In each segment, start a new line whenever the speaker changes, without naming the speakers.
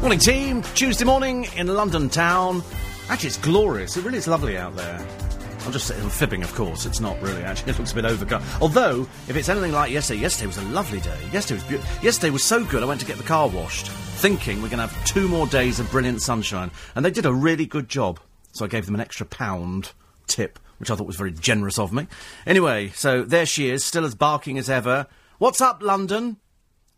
Morning, team. Tuesday morning in London town. Actually, it's glorious. It really is lovely out there. I'm just I'm fibbing, of course. It's not really. Actually, it looks a bit overcast. Although, if it's anything like yesterday, yesterday was a lovely day. Yesterday was beautiful. Yesterday was so good. I went to get the car washed, thinking we're going to have two more days of brilliant sunshine, and they did a really good job. So I gave them an extra pound tip, which I thought was very generous of me. Anyway, so there she is, still as barking as ever. What's up, London?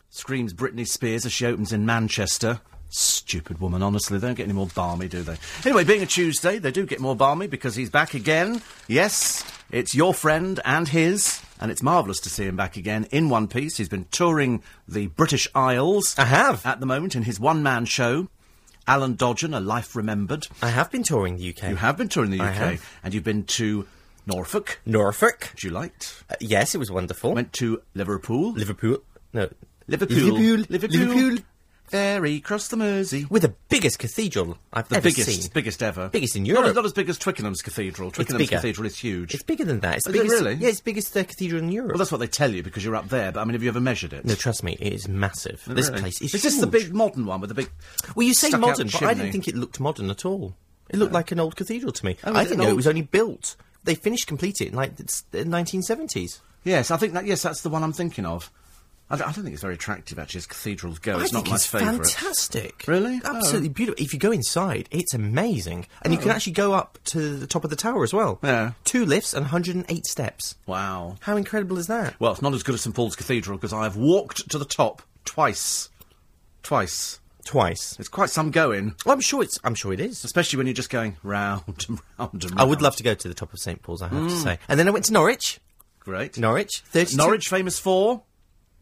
Screams Britney Spears as she opens in Manchester. Stupid woman, honestly. They don't get any more balmy, do they? Anyway, being a Tuesday, they do get more balmy because he's back again. Yes, it's your friend and his, and it's marvellous to see him back again in one piece. He's been touring the British Isles. I have. At the moment in his one man show. Alan Dodgen, A Life Remembered. I have been touring the UK. You have been touring the UK.
I have.
And you've been to Norfolk.
Norfolk.
Which you liked.
Uh, yes, it was wonderful.
Went to Liverpool.
Liverpool. No.
Liverpool.
Liverpool.
Liverpool.
Liverpool.
Ferry across the Mersey.
With the biggest cathedral I've
The
ever
biggest,
seen.
biggest ever.
Biggest in
Not as-
Europe.
Not, as big as Twickenham's Cathedral. Twickenham's
bigger.
Cathedral is huge.
It's bigger than that. It's
Is it
biggest,
really?
Yeah, it's biggest uh, cathedral in Europe.
well, that's what they tell you because you're up there. But I mean, have you ever measured it?
no, trust me, it is massive.
Not
This
really.
place is.
Is this the
huge.
big modern one with the big?
Well, you say
stuck out
modern, but I
chimney?
didn't think it looked modern at all. It looked like an old cathedral to me.
Oh, is
I
it
didn't
an
know
old-
it was only built. They finished complete it in like it's the 1970s.
Yes, I think that. Yes, that's the one I'm thinking of. I don't, I don't think it's very attractive actually, as cathedrals go.
I
it's
think
not my
it's
favourite.
fantastic.
Really? Oh.
Absolutely beautiful. If you go inside, it's amazing. And you can actually go up to the top of the tower as well.
Yeah.
Two lifts and 108 steps.
Wow.
How incredible is that?
Well, it's not as good as St Paul's Cathedral because I have walked to the top twice. Twice.
Twice.
It's quite some going,
Well, I'm sure it's. I'm sure it is.
especially when you're just going round and round and round.
I would love to go to the top of St Paul's. I have
Mm.
to say. And then I went to Norwich.
Great.
Norwich. 32
Norwich famous for.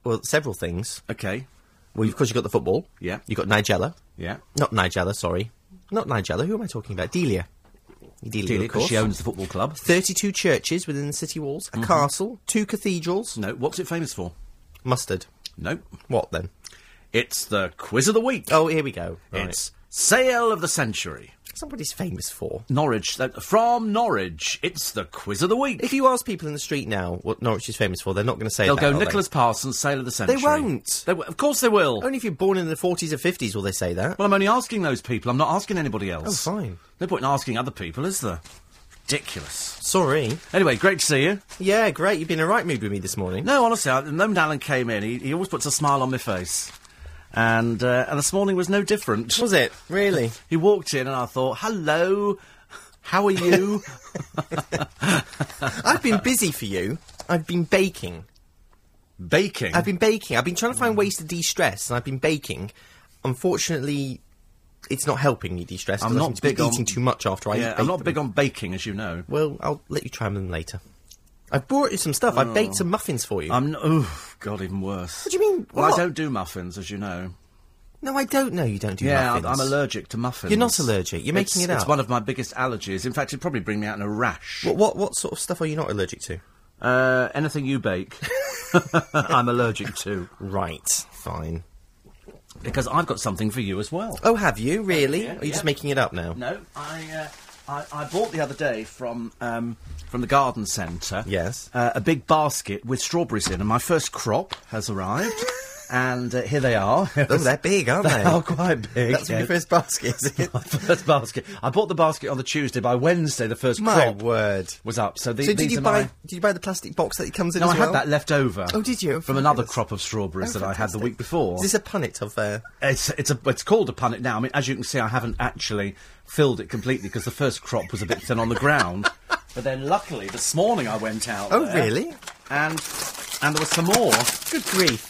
Well, several things.
Okay.
Well, of course you've got the football.
Yeah.
You've got Nigella.
Yeah.
Not Nigella. Sorry. Not Nigella. Who am I talking about? Delia. Delia,
Delia,
of course.
because she owns Mm-hmm. the football club.
32 churches within the city walls, a castle, two cathedrals.
No, what's it famous for?
Mustard.
No.
What then?
It's the quiz of the week.
Oh, here we go. Right.
It's sale of the century.
somebody's famous for.
Norwich. that- From Norwich, it's the quiz of the week.
If you ask people in the street now what Norwich is famous for, they're not going to say
They'll
that,
go
are they?
Nicholas Parsons, sale of the century.
won't. Oh,
They w- of course they will.
Only if you're born in the 40s or 50s will they say that.
Well, I'm only asking those people. I'm not asking anybody else.
Oh, fine.
No point in asking other people, is there? Ridiculous.
Sorry.
Anyway, great to see you.
Yeah, great. You've been in a right mood with me this morning.
No, honestly, I, the moment Alan came in, he, he always puts a smile on my face. And, uh, and this morning was no different.
Was it? Really?
He walked in and I thought, hello, how are you?
I've been busy for you. I've been baking.
Baking.
I've been baking. I've been trying to find ways to de-stress, and I've been baking. Unfortunately, it's not helping me de-stress. 'cause
I'm
I
not
seem to be
big on-
eating too much after I.
yeah,
eat
I'm
baked
not
them.
big on baking, as you know.
Well, I'll let you try them later. I've brought you some stuff. I've baked
Oh.
some muffins for you.
I'm. n- Oh, God, even worse.
What do you mean,
Well, I
what?
don't do muffins, as you know.
no, I don't know. You don't do
Yeah,
muffins.
I'm, I'm allergic to muffins.
You're not allergic. You're making
It's-
it up.
It's one of my biggest allergies. In fact, it'd probably bring me out in a rash.
What, what what sort of stuff are you not allergic to?
Uh, anything you bake, I'm allergic to.
Right. Fine.
Because I've got something for you as well.
Oh, have you really?
Yeah,
are you just
yeah.
making it up now?
No, I, uh, I I bought the other day from um, from the garden centre.
Yes.
uh, a big basket with strawberries in, and my first crop has arrived, and uh, here they are.
Oh, they're big, aren't
They
they?
are quite big.
That's
yeah.
your first basket, is it?
my first basket. I bought the basket on the Tuesday. By Wednesday, the first
My
crop
word.
was up. So, the,
So
these
did you
are
buy?
my-
Did you buy the plastic box that it comes in?
No,
as
I had
well?
that left over.
Oh, did you?
From another
Fabulous.
crop of strawberries
Oh,
that I had the
fantastic.
week before.
Is this a punnet of? Uh...
It's it's a it's called a punnet now. I mean, as you can see, I haven't actually filled it completely because the first crop was a bit thin on the ground. But then, luckily, this morning I went out.
Oh,
there,
really?
And and there was some more.
Good grief!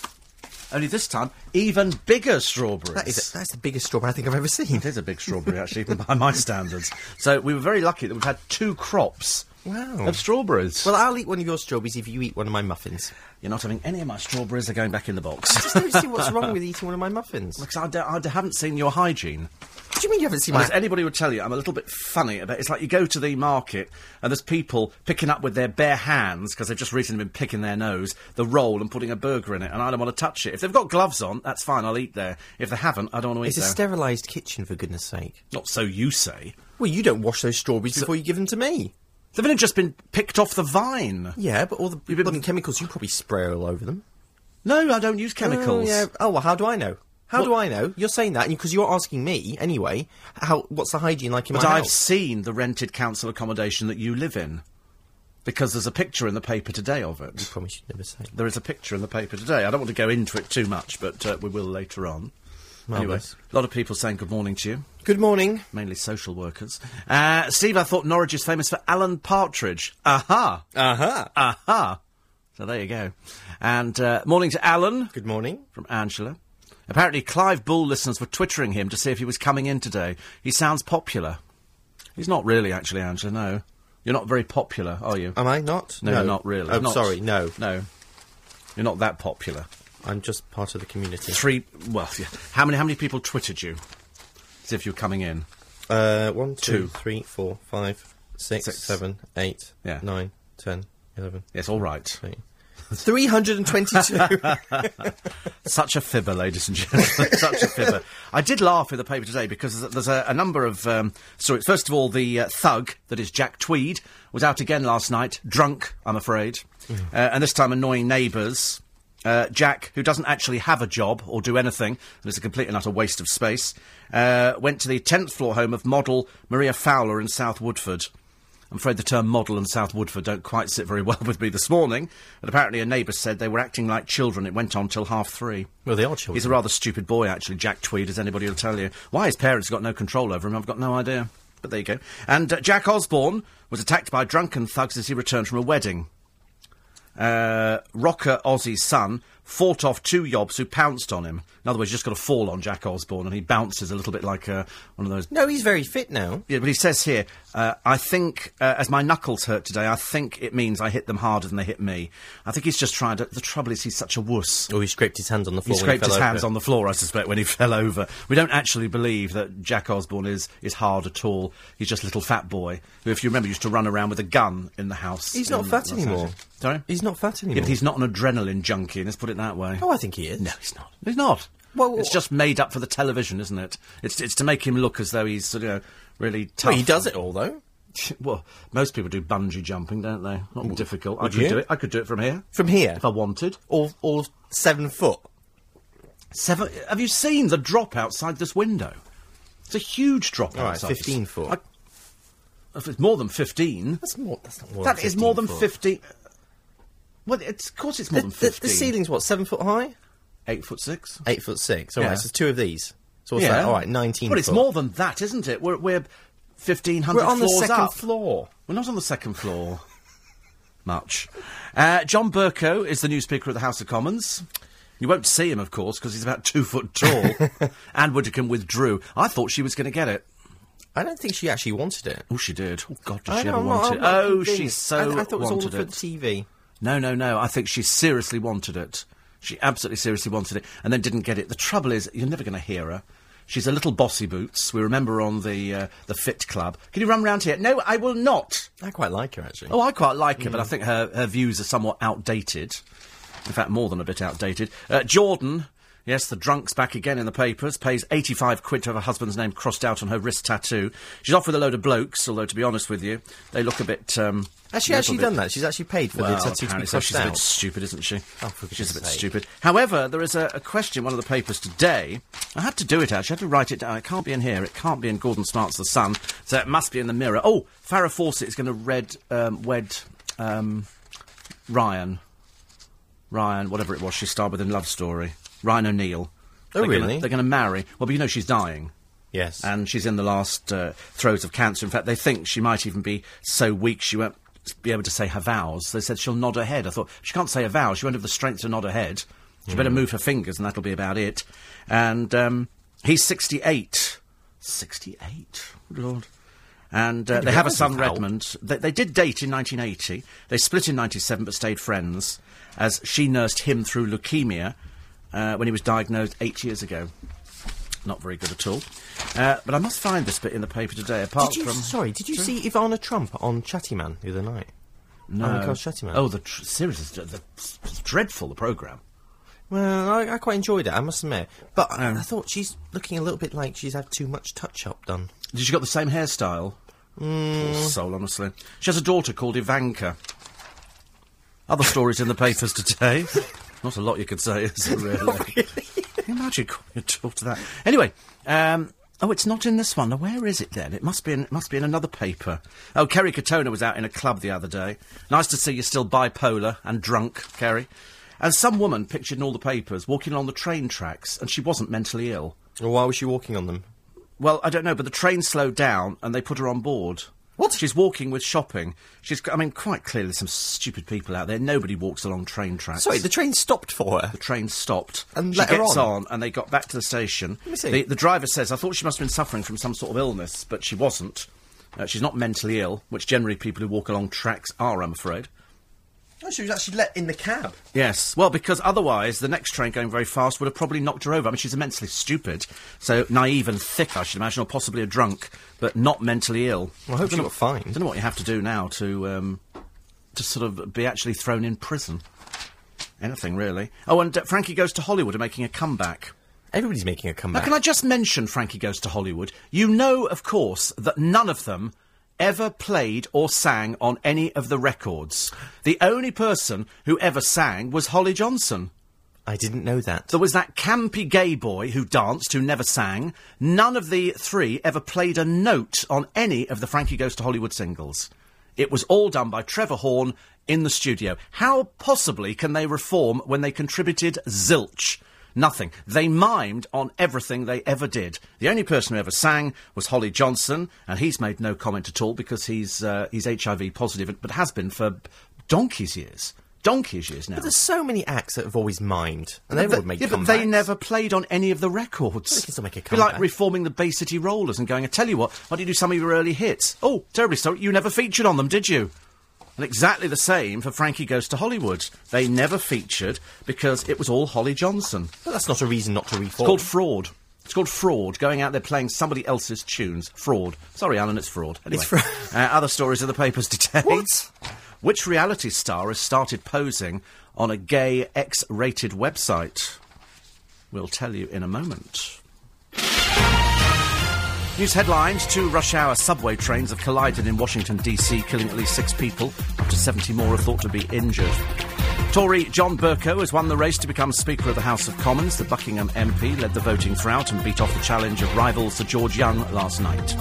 Only this time, even bigger strawberries.
That is that's the biggest strawberry I think I've ever seen.
It is a big strawberry, actually, even by my standards. So we were very lucky that we've had two crops
Wow.
of strawberries.
Well, I'll eat one of your strawberries if you eat one of my muffins.
You're not having any of my strawberries. They're going back in the box.
Just don't see what's wrong with eating one of my muffins. What
Because I, don't- I haven't seen your hygiene.
do you mean you haven't seen
And
my?
as anybody would tell you, I'm a little bit funny about It's like you go to the market and there's people picking up with their bare hands because they've just recently been picking their nose the roll and putting a burger in it, and I don't want to touch it. If they've got gloves on, that's fine. I'll eat there. If they haven't, I don't want to eat
It's a
there.
sterilised kitchen, for goodness' sake.
Not so you say.
Well, you don't wash those strawberries before you give them to me.
They've only just been picked off the vine.
Yeah, but all the
been-
bloody chemicals you probably spray all over them.
No, I don't use chemicals.
Oh, yeah. oh well, how do I know? How do I know? You're saying that because you're asking me anyway. How? What's the hygiene like in
But
my
I've
house?
seen the rented council accommodation that you live in because there's a picture in the paper today of it.
Promise you'd never say.
There is a picture in the paper today. I don't want to go into it too much, but uh, we will later on.
Marvellous.
Anyway, a lot of people saying good morning to you,
Good morning.
mainly social workers. Uh, Steve, I thought Norwich is famous for Alan Partridge. Aha!
Uh huh.
Aha! So there you go. And uh, morning to Alan
Good morning.
from Angela. Apparently, Clive Bull listeners were twittering him to see if he was coming in today. He sounds popular. He's not really, actually, Angela. No, you're not very popular, are you?
Am I not?
no, you're not really.
Oh,
Not-
sorry. No,
no, you're not that popular.
I'm just part of the community.
Three. Well, yeah. how many? How many people twittered you as if you were coming in?
Uh, one,
Two.
two, three, four, five, six,
Six.
seven, eight,
Yeah.
nine, ten, eleven,
Yes, all right.
twenty. Three hundred and twenty-two.
Such a fibber, ladies and gentlemen. Such a fibber. I did laugh in the paper today because there's a, a number of um, stories. First of all, the uh, thug that is Jack Tweed was out again last night, drunk, I'm afraid, uh, and this time annoying neighbours. Uh, Jack, who doesn't actually have a job or do anything, and is a complete and utter waste of space, uh, went to the 10th floor home of model Maria Fowler in South Woodford. I'm afraid the term model and South Woodford don't quite sit very well with me this morning, but apparently a neighbour said they were acting like children. It went on till half three.
well, they are children.
He's a rather stupid boy, actually, Jack Tweed, as anybody will tell you. Why his parents got no control over him, I've got no idea. But there you go. And uh, Jack Osborne was attacked by drunken thugs as he returned from a wedding. Uh, rocker Ozzy's son fought off two yobs who pounced on him. In other words, you just got to fall on Jack Osborne, and he bounces a little bit like uh, one of those
no, he's very fit now.
yeah, but he says here, uh, I think, uh, as my knuckles hurt today, I think it means I hit them harder than they hit me. I think he's just trying to. The trouble is, he's such a wuss.
Oh, he scraped his hands on the
He
floor. when
scraped
fell
his
over.
hands on the floor, I suspect, when he fell over. We don't actually believe that Jack Osborne is, is hard at all. He's just a little fat boy who, if you remember, used to run around with a gun in the house.
He's not
in
fat
Los
anymore.
Angeles. Sorry?
He's not fat anymore.
Yeah, but he's not an adrenaline junkie, let's put it that way.
Oh, I think he is.
No, he's not. He's not.
Well-
it's just made up for the television, isn't it? It's, it's to make him look as though he's, you know, really tough.
Well, he does it all though.
Well, most people do bungee jumping, don't they? Not difficult. I could
you?
do it. I could do it from here
From here,
if I wanted.
all all seven foot.
Seven. Have you seen the drop outside this window? It's a huge drop
All right,
outside.
fifteen foot.
I- if it's more than fifteen.
that's more. That's not more.
That
than
is more than
15 foot.
fifty. Well, it's, of course it's more
The,
than
the,
fifteen.
the ceiling's what seven foot high,
eight foot six.
eight foot six. All right,
Yeah.
so two of these. So what's that? All right, nineteen.
Well, it's
foot.
more than that, isn't it? We're we're fifteen hundred.
We're on the
floors
second
up.
floor.
We're not on the second floor. Much. Uh, John Burko is the new Speaker of the House of Commons. You won't see him, of course, because he's about two foot tall. Anne Widdecombe withdrew. I thought she was going to get it.
I don't think she actually wanted it.
Oh, she did. Oh, God, did
I
she
know,
ever
I'm not-
want it?
I'm not
Oh,
convinced.
she so
I, I thought it was all
wanted
for
it.
TV.
No, no, no. I think she seriously wanted it. She absolutely seriously wanted it and then didn't get it. The trouble is, you're never going to hear her. She's a little bossy boots. We remember her on the uh, the Fit Club. Can you run round here? No, I will not.
I quite like her actually.
Oh, I quite like her,
Hmm.
but I think her, her views are somewhat outdated. In fact, more than a bit outdated. Uh, Jordan, yes, the drunk's back again in the papers, pays 85 quid to have her husband's name crossed out on her wrist tattoo. She's off with a load of blokes, although, to be honest with you, they look a bit. Um,
Has she
little
actually
bit-
done that? She's actually paid for
well,
the tattoo to be
apparently so.
crushed
She's a bit
out.
stupid, isn't she?
Oh, for goodness
She's a bit
sake.
stupid. However, there is a, a question in one of the papers today. I had to do it, actually. I had to write it down. It can't be in here. It can't be in Gordon Smart's The Sun. So it must be in The Mirror. Oh, Farrah Fawcett is going to red, um, wed um, Ryan. Ryan, whatever it was she starred with in Love Story. Ryan O'Neill.
Oh,
They're gonna-
really?
they're going to marry. Well, but you know she's dying
Yes.
and she's in the last uh, throes of cancer. In fact, they think she might even be so weak she won't be able to say her vows. They said she'll nod her head. I thought she can't say her vows. She won't have the strength to nod her head. She better move her fingers, and that'll be about it. And um, he's sixty-eight. Sixty-eight. Good Lord. And uh, they have a
old
son,
as hell.
Redmond. They, they did date in 1980. They split in 97 but stayed friends as she nursed him through leukemia uh, when he was diagnosed eight years ago not very good at all. Uh, but I must find this bit in the paper today. Apart
Did you,
from
sorry, did you see Ivana Trump on Chatty Man the other night?
no,
Alan Carl Shettyman?
Oh, the tr- series is d- the, it's dreadful. The program.
Well, I, I quite enjoyed it, I must admit. But I I thought she's looking a little bit like she's had too much touch up done.
Did she got the same hairstyle? Poor soul, honestly. She has a daughter called Ivanka.
Oh,
Other stories in the papers today. Not a lot you could say, is there, really? Can you imagine calling your daughter that? Anyway, um, oh, it's not in this one. Now, where is it then? It must be in, it must be in another paper. Oh, Kerry Katona was out in a club the other day. Nice to see you still bipolar and drunk, Kerry. And some woman pictured in all the papers walking along the train tracks, and she wasn't mentally ill.
Well, why was she walking on them?
Well, I don't know, but the train slowed down and they put her on board.
What?
She's walking with shopping. She's, I mean, quite clearly some stupid people out there. Nobody walks along train tracks.
Sorry, the train stopped for her.
The train stopped.
And
she
let her
gets
on.
and they got back to the station.
me see.
The, the driver says, "I thought she must have been suffering from some sort of illness, but she wasn't. Uh, she's not mentally ill, which generally people who walk along tracks are, I'm afraid."
No, she was actually let in the cab.
Yes, well, because otherwise the next train going very fast would have probably knocked her over. I mean, she's immensely stupid, so naive and thick, I should imagine, or possibly a drunk, but not mentally ill.
Well, I hope she
Dunno-
got fined.
Don't know what you have to do now to um, to sort of be actually thrown in prison. Anything really. Oh, and uh, Frankie goes to Hollywood, are making a comeback.
Everybody's making a
Now,
comeback.
can I just mention Frankie Goes to Hollywood? You know, of course, that none of them ever played or sang on any of the records. The only person who ever sang was Holly Johnson.
I didn't know that.
There was that campy gay boy who danced, who never sang. None of the three ever played a note on any of the Frankie Goes to Hollywood singles. It was all done by Trevor Horn in the studio. How possibly can they reform when they contributed zilch? Nothing. They mimed on everything they ever did. The only person who ever sang was Holly Johnson, and he's made no comment at all because he's uh, he's HIV positive, but has been for donkey's years. Donkey's years now.
There's so many acts that have always mimed, and they would make
Yeah, but
comebacks.
they never played on any of the records.
They can still make a
It'd be like
comeback.
reforming the Bay City Rollers and going, I tell you what, why don't you do some of your early hits? Oh, terribly sorry, you never featured on them, did you? And exactly the same for Frankie Goes to Hollywood. They never featured because it was all Holly Johnson.
But that's not a reason not to
It's
reform.
called fraud. It's called fraud. Going out there playing somebody else's tunes. Fraud. Sorry, Alan, it's fraud. Anyway,
It's fra-
uh, other stories of the papers today.
What?
Which reality star has started posing on a gay X-rated website? We'll tell you in a moment. News headlines Two rush hour subway trains have collided in Washington, D.C., killing at least six people. Up to 70 more are thought to be injured. Tory John Burko has won the race to become Speaker of the House of Commons. The Buckingham MP led the voting throughout and beat off the challenge of rival Sir George Young last night.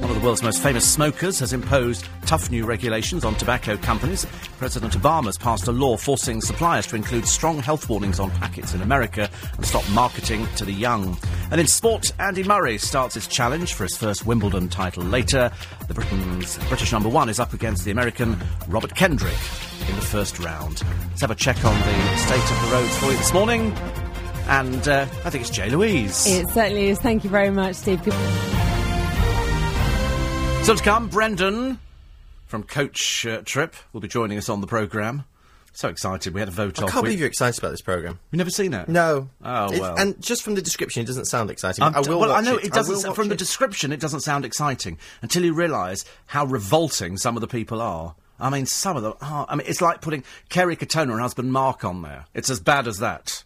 One of the world's most famous smokers has imposed tough new regulations on tobacco companies. President Obama has passed a law forcing suppliers to include strong health warnings on packets in America and stop marketing to the young. And in sport, Andy Murray starts his challenge for his first Wimbledon title later. The Britain's British number one is up against the American Robert Kendrick in the first round. Let's have a check on the state of the roads for you this morning. And uh, I think it's Jay Louise.
It certainly is. Thank you very much, Steve. Good-
So to come, Brendan from Coach uh, Trip will be joining us on the programme. So excited. We had a vote
I
off.
can't
we,
believe you're excited about this program.
We've never seen it.
No.
Oh,
It-
well.
and just from the description, it doesn't sound exciting.
I'm
I
t-
will.
well, I
watch
know
it.
it doesn't.
I will
sa-
watch
from the
it.
description, it doesn't sound exciting until you realise how revolting some of the people are. I mean, some of them are. I mean, it's like putting Kerry Katona and husband Mark on there. It's as bad as that.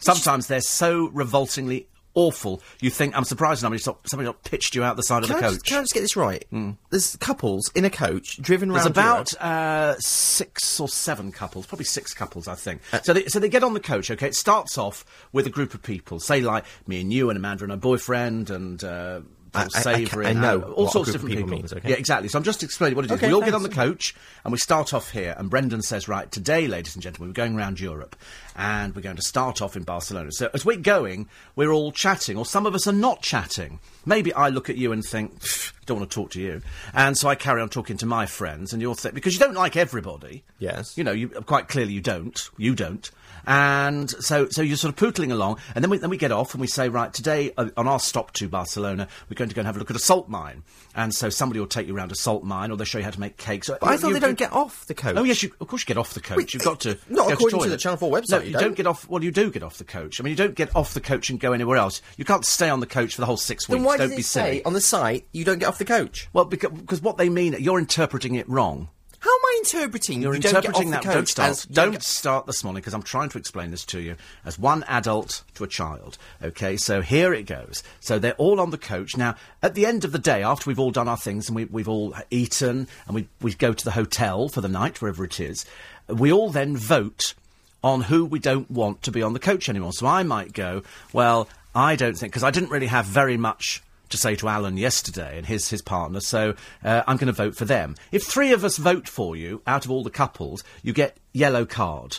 Sometimes they're so revoltingly awful. You think I'm surprised somebody not, somebody not pitched you out the side of
Can
the
I,
coach.
just, can I just get this right? There's couples in a coach driven
There's
round
about
Europe.
uh, six or seven couples, probably six couples, I think.
Uh,
so, they, so they get on the coach. Okay, it starts off with a group of people, say like me and you and Amanda and her boyfriend and. Uh, Paul
I- I- I ca-
Savory
I
and
know
Anna, all
what a
sorts of
group of
different
people
people.
means, okay?
Yeah, exactly. So I'm just explaining what it is.
Okay,
we all get
thanks.
on the coach and we start off here. And Brendan says, right, today, ladies and gentlemen, we're going around Europe and we're going to start off in Barcelona. So as we're going, we're all chatting, or some of us are not chatting. Maybe I look at you and think, "Pfft, don't want to talk to you. And so I carry on talking to my friends and you're th- because you don't like everybody.
Yes.
You know, you, quite clearly you don't. You don't. And so, so you're sort of pootling along, and then we, then we get off and we say, right, today uh, on our stop to Barcelona, we're going to go and have a look at a salt mine. And so somebody will take you around a salt mine, or they show you how to make cakes.
But I thought they don't get off the coach.
Oh yes, you, of course you get off the coach.
Wait,
You've got to.
not
go
according to
toilet.
the Channel 4 website,
No,
you
you
don't.
get off. Well, you do get off the coach. I mean, you don't get off the coach and go anywhere else. You can't stay on the coach for the whole six weeks.
Then why
don't
does it
be
say
silly.
on the site you don't get off the coach?
well, because, because what they mean, you're interpreting it wrong.
How am I interpreting?
You're
you don't get
interpreting
off
that.
the coach
Don't
as
start.
you
Don't
get-
start this morning because I'm trying to explain this to you as one adult to a child. Okay, so here it goes. So they're all on the coach now. At the end of the day, after we've all done our things and we, we've all eaten and we we go to the hotel for the night, wherever it is, we all then vote on who we don't want to be on the coach anymore. So I might go, well, I don't think, because I didn't really have very much to say to Alan yesterday and his, his partner, so uh, I'm going to vote for them. If three of us vote for you out of all the couples, you get yellow card.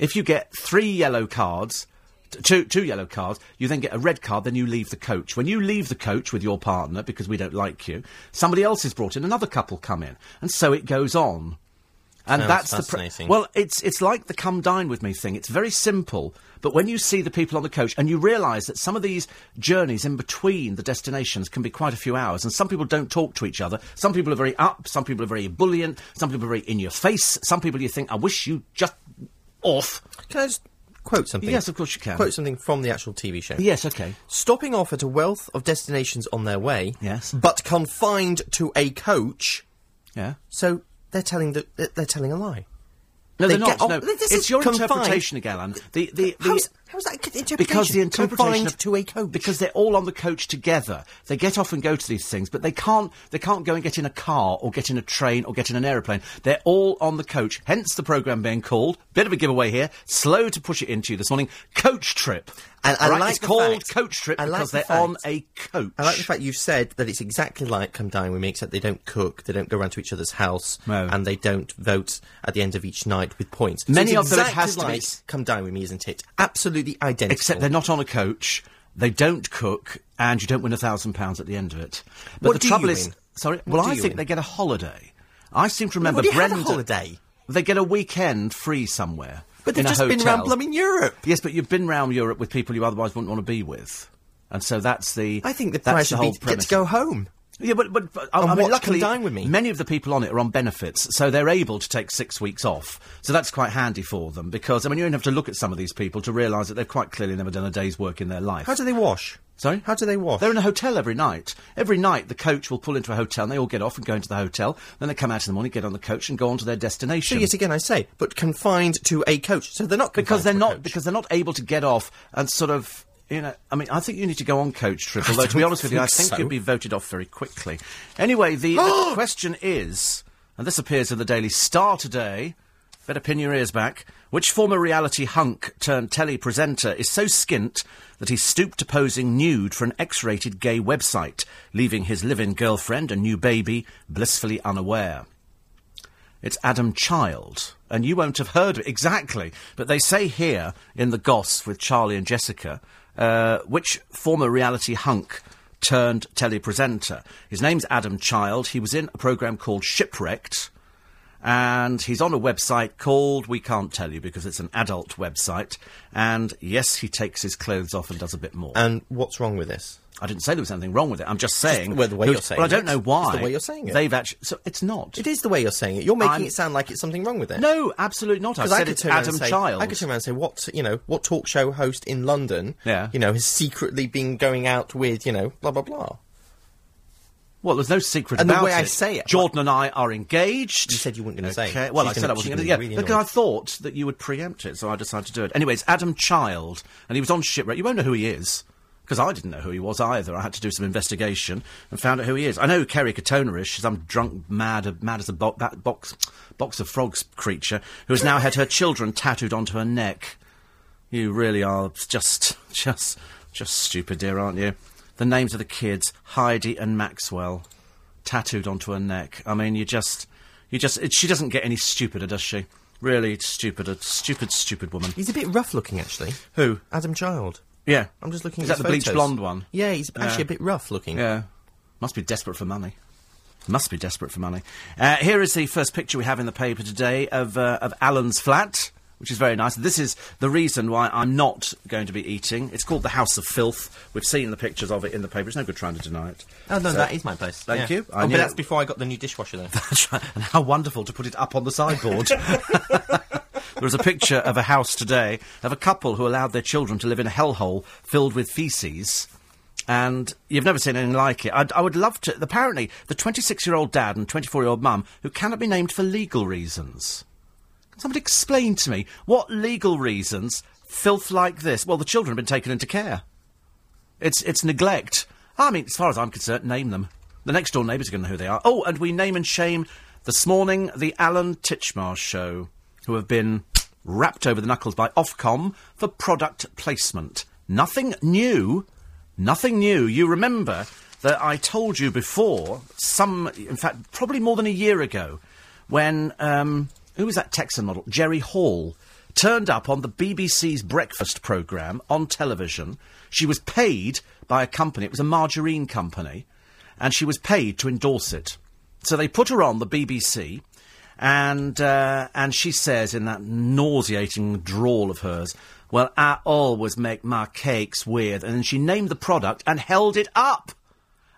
If you get three yellow cards, t- two, two yellow cards, you then get a red card, then you leave the coach. When you leave the coach with your partner, because we don't like you, somebody else is brought in, another couple come in, and so it goes on. And
Sounds
that's the
fascinating.
well, it's it's like the come dine with me thing. It's very simple, but when you see the people on the coach and you realise that some of these journeys in between the destinations can be quite a few hours, and some people don't talk to each other. Some people are very up. Some people are very ebullient. Some people are very in your face. Some people you think, I wish you just off.
Can I just quote something?
Yes, of course you can.
Quote something from the actual TV show.
Yes, okay.
Stopping off at a wealth of destinations on their way.
Yes.
But confined to a coach.
Yeah.
So they're telling the, they're they're telling a lie.
No,
They
they're
get
not.
off-
no,
this
it's
is
your
confined.
interpretation again, Alan. The, the, the,
How's, how's that c- interpretation?
because the interpretation
confined
of,
to a coach.
because they're all on the coach together. They get off and go to these things, but they can't they can't go and get in a car or get in a train or get in an aeroplane. They're all on the coach. Hence the program being called. Bit of a giveaway here. Slow to push it into you this morning. Coach trip.
And I
All right,
like
it's
the
called
fact-
coach trip
I like
because
the
they're on
fact-
a coach.
I like the fact you've said that it's exactly like Come Dine With Me, except they don't cook, they don't go round to each other's house,
No.
and they don't vote at the end of each night with points. So
Many
it's
of them it
exactly
has to be-
like Come Dine With Me, isn't it? Absolutely identical.
Except they're not on a coach. They don't cook, and you don't win a thousand pounds at the end of it. But
What
the
do you
trouble is,
win?
sorry.
What
Well,
do
I
you
think
win?
they get a holiday. I seem to remember
Well, you had a
Brenda.
holiday.
They get a weekend free somewhere.
But they've
in a
just been
hotel.
round blooming Europe.
Yes, but you've been round Europe with people you otherwise wouldn't want to be with. And so that's the.
I think the
that's the
prize should
whole
be to get
premise.
to go home.
Yeah, but, but, but I,
And
I mean,
what,
luckily,
come dine with me?
many of the people on it are on benefits, so they're able to take six weeks off. So that's quite handy for them because, I mean, you don't have to look at some of these people to realise that they've quite clearly never done a day's work in their life.
How do they wash?
Sorry?
How do they wash?
They're in a hotel every night. Every night, the coach will pull into a hotel and they all get off and go into the hotel. Then they come out in the morning, get on the coach, and go on to their destination.
So yet again, I say, but confined to a coach. So they're not
because
confined
they're
to a
not
coach.
because they're not able to get off and sort of you know I mean I think you need to go on coach trip although to be
don't
honest with you I
think
think
so.
you'd be voted off very quickly anyway the, the question is and this appears in the Daily Star today better pin your ears back which former reality hunk turned telly presenter is so skint that he stooped to posing nude for an X-rated gay website leaving his live-in girlfriend and new baby blissfully unaware it's Adam Child. And you won't have heard exactly, but they say here in the Goss with Charlie and Jessica, uh, which former reality hunk turned telepresenter. His name's Adam Child. He was in a program called Shipwrecked, and he's on a website called We Can't Tell You because it's an adult website. And yes, he takes his clothes off and does a bit more.
And what's wrong with this?
I didn't say there was anything wrong with it. I'm just saying.
well, the way
who-
you're saying
well, I don't
it.
know
It's
why.
the way you're saying it.
They've actually. So it's not.
It is the way you're saying it. You're making
I'm-
it sound like it's something wrong with it.
No, absolutely not. I
Because I
said
could
it's
turn around and
Adam
say,
Child.
I could turn around and say, what you know, what talk show host in London,
Yeah.
you know, has secretly been going out with you know, blah blah blah.
Well, there's no secret
And the
about
way
it.
I say it-
Jordan and I are engaged.
You said you weren't gonna say.
Okay. Well,
She's
I said
gonna-
I wasn't
she's
going to.
gonna
Yeah,
be really
because I
annoyed.
thought that you would preempt it, so I decided to do it. Anyway, it's Adam Child, and he was on shipwreck. You won't know who he is. Because I didn't know who he was either. I had to do some investigation and found out who he is. I know who Kerry Katona is. She's some drunk, mad, mad as a bo- bat- box, box of frogs creature who has now had her children tattooed onto her neck. You really are just, just, just stupid, dear, aren't you? The names of the kids, Heidi and Maxwell, tattooed onto her neck. I mean, you just, you just, it, she doesn't get any stupider, does she? Really stupider, stupid, stupid woman.
He's a bit rough looking actually.
Who?
Adam Child.
Yeah.
I'm just looking
Is
at
that
his
the bleached
photos.
blonde one?
Yeah, he's actually a bit rough looking.
Yeah. Must be desperate for money. Must be desperate for money. Uh, here is the first picture we have in the paper today of, uh, of Alan's flat, which is very nice. This is the reason why I'm not going to be eating. It's called the House of Filth. We've seen the pictures of it in the paper. It's no good trying to deny it.
Oh no,
So-
that is my place.
Thank
Yeah.
you. I
Oh,
knew
but that's
it.
before I got the new dishwasher though.
That's right. And how wonderful to put it up on the sideboard. there was a picture of a house today of a couple who allowed their children to live in a hellhole filled with feces. And you've never seen anything like it. I'd, I would love to. Apparently, the 26 year old dad and 24 year old mum, who cannot be named for legal reasons. Can somebody explain to me what legal reasons filth like this? Well, the children have been taken into care. It's it's neglect. I mean, as far as I'm concerned, name them. The next door neighbours are going to know who they are. Oh, and we name and shame this morning the Alan Titchmarsh show, who have been wrapped over the knuckles by Ofcom for product placement. Nothing new. Nothing new. You remember that I told you before, some, in fact, probably more than a year ago, when, um, who was that Texan model? Jerry Hall turned up on the BBC's breakfast programme on television. She was paid by a company, it was a margarine company, and she was paid to endorse it. So they put her on the BBC, and uh, and she says in that nauseating drawl of hers, "Well, I always make my cakes weird," and then she named the product and held it up,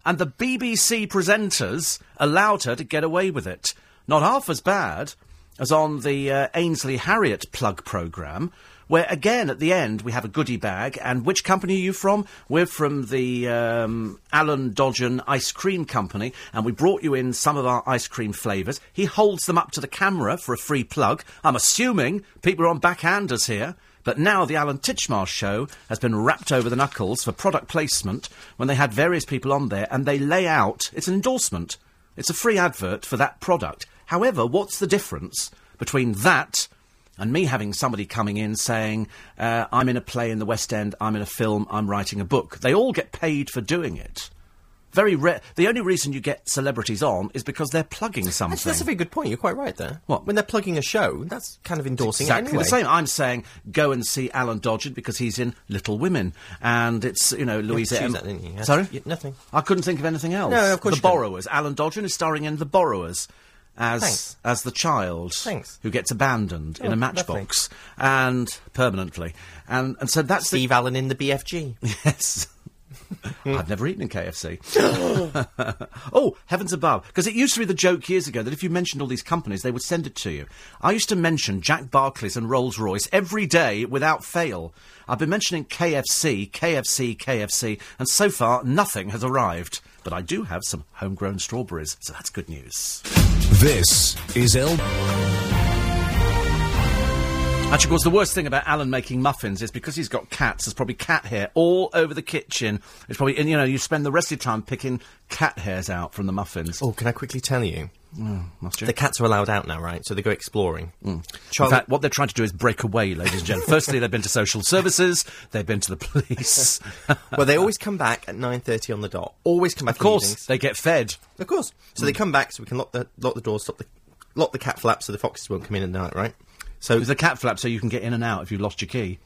and the BBC presenters allowed her to get away with it. Not half as bad as on the uh, Ainsley Harriet plug program. Where again at the end we have a goodie bag, and which company are you from? We're from the um, Alan Dodgen Ice Cream Company, and we brought you in some of our ice cream flavours. He holds them up to the camera for a free plug. I'm assuming people are on backhanders here. But now the Alan Titchmarsh show has been wrapped over the knuckles for product placement when they had various people on there and they lay out it's an endorsement. It's a free advert for that product. However, what's the difference between that and me having somebody coming in saying, uh, I'm in a play in the West End, I'm in a film, I'm writing a book? They all get paid for doing it. Very rare. The only reason you get celebrities on is because they're plugging something.
Actually, that's a very good point. You're quite right there.
What?
When they're plugging a show, that's kind of endorsing it
exactly
anyway.
the same. I'm saying go and see Alan Dodgen because he's in Little Women, and it's you know Louisa.
choose
Em-
that, didn't you? That's-
Sorry,
y- nothing.
I couldn't think of anything else.
No, of course
The
you couldn't.
Borrowers. Alan Dodgen is starring in The Borrowers. As
Thanks.
as the child
Thanks.
who gets abandoned in
Oh,
a
lovely.
matchbox and permanently, and and so that's the
Steve Allen in the BFG.
Yes. I've never eaten in KFC. oh, heavens above. Because it used to be the joke years ago that if you mentioned all these companies, they would send it to you. I used to mention Jack Barclays and Rolls Royce every day without fail. I've been mentioning KFC, KFC, KFC, and so far nothing has arrived. But I do have some homegrown strawberries, so that's good news.
This is L.
Actually, of course, the worst thing about Alan making muffins is because he's got cats, there's probably cat hair all over the kitchen. It's probably, and you know, you spend the rest of your time picking cat hairs out from the muffins.
Oh, can I quickly tell you?
must you?
The cats are allowed out now, right? So they go exploring.
In
Charlie,
fact, what they're trying to do is break away, ladies and gentlemen. Firstly, they've been to social services, they've been to the police. of
well, they always come back at nine thirty on the dot. Always come back. Of
course, they get fed.
of course. So they come back, so we can lock the lock the door, stop the lock the cat flap, so the foxes won't come in at night, right? So
There's a cat flap so you can get in and out if you've lost your key.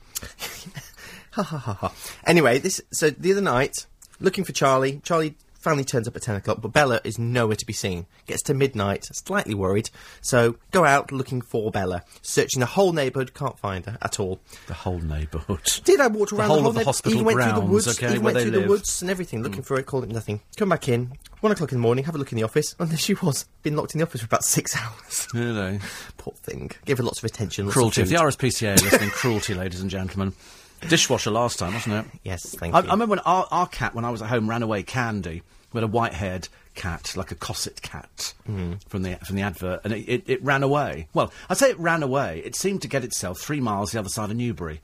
anyway, this so the other night, looking for Charlie, Charlie finally turns up at ten o'clock, but Bella is nowhere to be seen. Gets to midnight, slightly worried, so go out looking for Bella, searching the whole neighbourhood, can't find her at all.
The whole neighbourhood.
Did I walked around the
whole
whole,
of the
neighbour-
hospital
even went through
grounds,
the woods,
okay,
even
where
went
they
through
live. Mm.
the woods and everything, looking for it, called it nothing. Come back in, one o'clock in the morning, have a look in the office, and there she was, been locked in the office for about six hours.
Really?
Poor thing. Gave her lots of attention. Lots
Cruelty. If
Of
the
food.
RSPCA are listening, cruelty, ladies and gentlemen. Dishwasher last time, wasn't it?
Yes, thank
I,
you.
I remember when our, our cat, when I was at home, ran away candy. We had a white-haired cat, like a Cosset cat,
Hmm.
from the from the advert, and it, it, it ran away. Well, I say it ran away. It seemed to get itself three miles the other side of Newbury.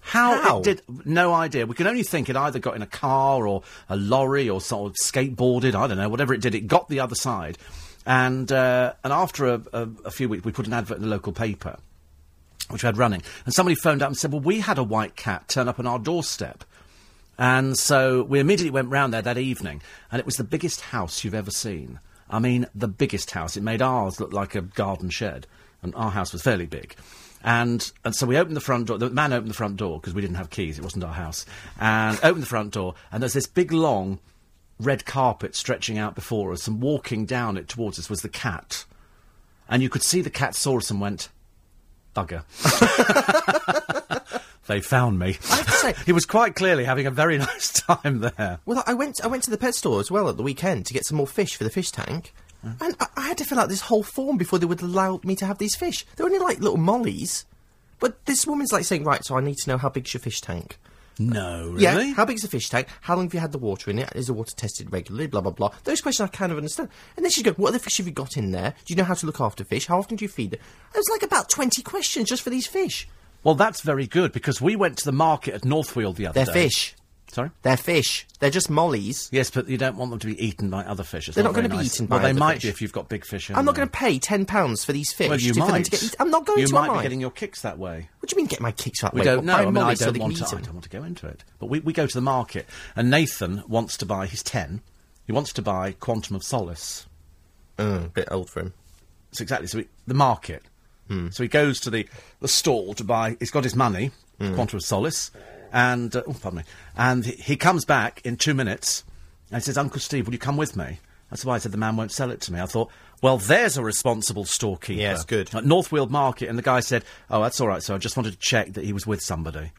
How,
How?
it did, no idea. We can only think it either got in a car or a lorry or sort of skateboarded. I don't know. Whatever it did, it got the other side, and uh, and after a, a, a few weeks, we put an advert in the local paper which we had running. And somebody phoned up and said, Well, we had a white cat turn up on our doorstep. And so we immediately went round there that evening, and it was the biggest house you've ever seen. I mean, the biggest house. It made ours look like a garden shed, and our house was fairly big. And, and so we opened the front door. The man opened the front door because we didn't have keys. It wasn't our house. And opened the front door, and there's this big, long red carpet stretching out before us, and walking down it towards us was the cat. And you could see the cat saw us and went, bugger. they found me.
I have to say-
he was quite clearly having a very nice time there.
Well, I went. I went to the pet store as well at the weekend to get some more fish for the fish tank,
Mm.
and I, I had to fill out this whole form before they would allow me to have these fish. They're only like little mollies, but this woman's like saying, "Right, so I need to know how big's your fish tank."
No, really?
Yeah, how big's the fish tank? How long have you had the water in it? Is the water tested regularly? Blah blah blah. Those questions I kind of understand. And then she's going, "What other fish have you got in there? Do you know how to look after fish? How often do you feed them?" It was like about twenty questions just for these fish.
well, that's very good because we went to the market at Northfield the other
They're
day.
fish.
Sorry?
They're fish. They're just mollies.
Yes, but you don't want them to be eaten by other fish. It's
They're not
very
gonna be
nice.
eaten
Well,
by
they
other
might
fish.
be if you've got big fish. In
I'm not
there.
going to pay ten pounds for these fish.
Well, you
to,
might.
For them to get eat- I'm not going
you
to.
might
am
be
I?
getting your kicks that way.
What do you mean get my kicks out?
We
Wait,
don't
what,
know.
buy
I mean, I
mollies so
don't
they can
want
eat
to. I
'em?
don't want to go into it. But we, we go to the market, and Nathan wants to buy. He's ten. He wants to buy Quantum of Solace.
Mm, bit old for him.
It's exactly so. He, the market.
Hmm.
So he goes to the the stall to buy. He's got his money,
Hmm.
Quantum of Solace, and uh, oh, pardon me. And he, he comes back in two minutes, and he says, "Uncle Steve, will you come with me?" That's why I said the man won't sell it to me. I thought, well, there's a responsible storekeeper.
Yes, good.
At Northfield Market, and the guy said, "Oh, that's all right." So I just wanted to check that he was with somebody.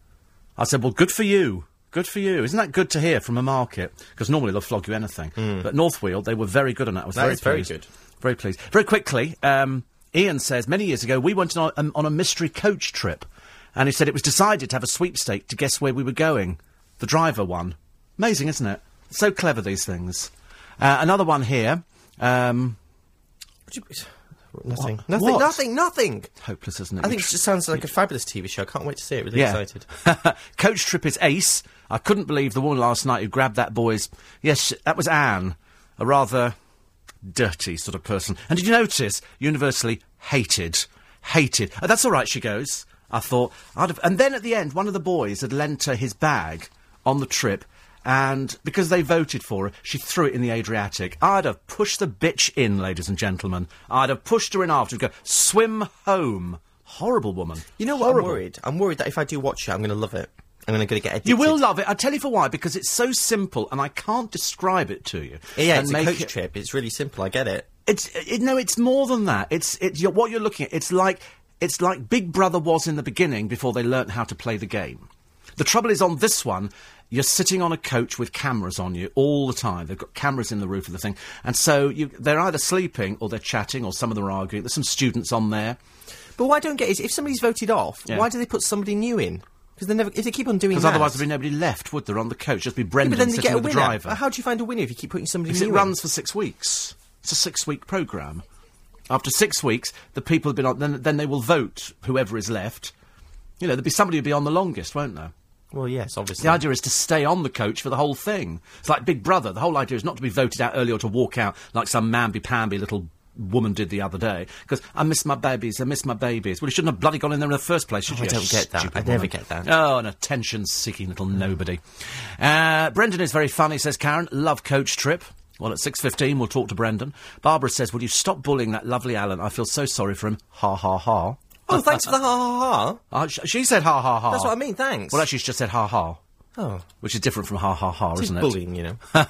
I said, "Well, good for you. Good for you. Isn't that good to hear from a market? Because normally they'll flog you anything. But Northfield, they were very good on that. I was
Hmm. That
very
is very
pleased.
good.
Very pleased. Very quickly, um, Ian says many years ago we went on, um, on a mystery coach trip, and he said it was decided to have a sweepstake to guess where we were going. The driver won. Amazing, isn't it? So clever these things. Uh, another one here. Um,
What do you- Nothing. Nothing.
What?
Nothing. Nothing.
hopeless, isn't it?
I think it just sounds like a fabulous TV show. I can't wait to see it. Really excited.
Coach Trip is ace. I couldn't believe the woman last night who grabbed that boy's. Yes, that was Anne, a rather dirty sort of person. And did you notice? Universally hated. Hated. Oh, that's all right, she goes. I thought. I'd have... And then at the end, one of the boys had lent her his bag on the trip. And because they voted for her, she threw it in the Adriatic. I'd have pushed the bitch in, ladies and gentlemen. I'd have pushed her in after and go, swim home. Horrible woman.
You know what?
Horrible.
I'm worried. I'm worried that if I do watch it, I'm going to love it. I'm going to get addicted.
You will love it. I'll tell you for why, because it's so simple and I can't describe it to you.
Yeah,
and
it's a
make
coach
it-
trip. It's really simple. I get it.
It's, it, no, it's more than that. It's, it's you're, what you're looking at. It's like, it's like Big Brother was in the beginning before they learnt how to play the game. The trouble is on this one, you're sitting on a coach with cameras on you all the time. They've got cameras in the roof of the thing. And so you, they're either sleeping or they're chatting or some of them are arguing. There's some students on there.
But what I don't get is if somebody's voted off,
Yeah.
why do they put somebody new in? Because they never. If they keep on doing
Because
that,
otherwise there'd be nobody left, would there, on the coach? Just be
Yeah,
Brendan
but then they
sitting
get a
with the
winner.
driver.
How do you find a winner if you keep putting somebody
Because
new?
it
in?
runs for six weeks. It's a six-week program. After six weeks, the people have been on. Then, then they will vote whoever is left. You know, there'll be somebody who'll be on the longest, won't there?
Well, yes, obviously.
The idea is to stay on the coach for the whole thing. It's like Big Brother. The whole idea is not to be voted out early or to walk out like some mamby-pamby little woman did the other day. Because I miss my babies, I miss my babies. Well, you shouldn't have bloody gone in there in the first place, should
Oh, I
you?
don't get that.
Stupid
I never
woman.
get that.
Oh, an attention-seeking little nobody. Uh, Brendan is very funny, says Karen. Love coach trip. Well, at 6.15, we'll talk to Brendan. Barbara says, will you stop bullying that lovely Alan? I feel so sorry for him. Ha, ha, ha.
oh, thanks for the ha ha ha.
Uh, sh- she said ha, ha, ha.
That's what I mean. Thanks.
Well, actually, she just said ha, ha.
oh,
Which is different from ha, ha, ha,
it's
isn't it?
bullying, you know.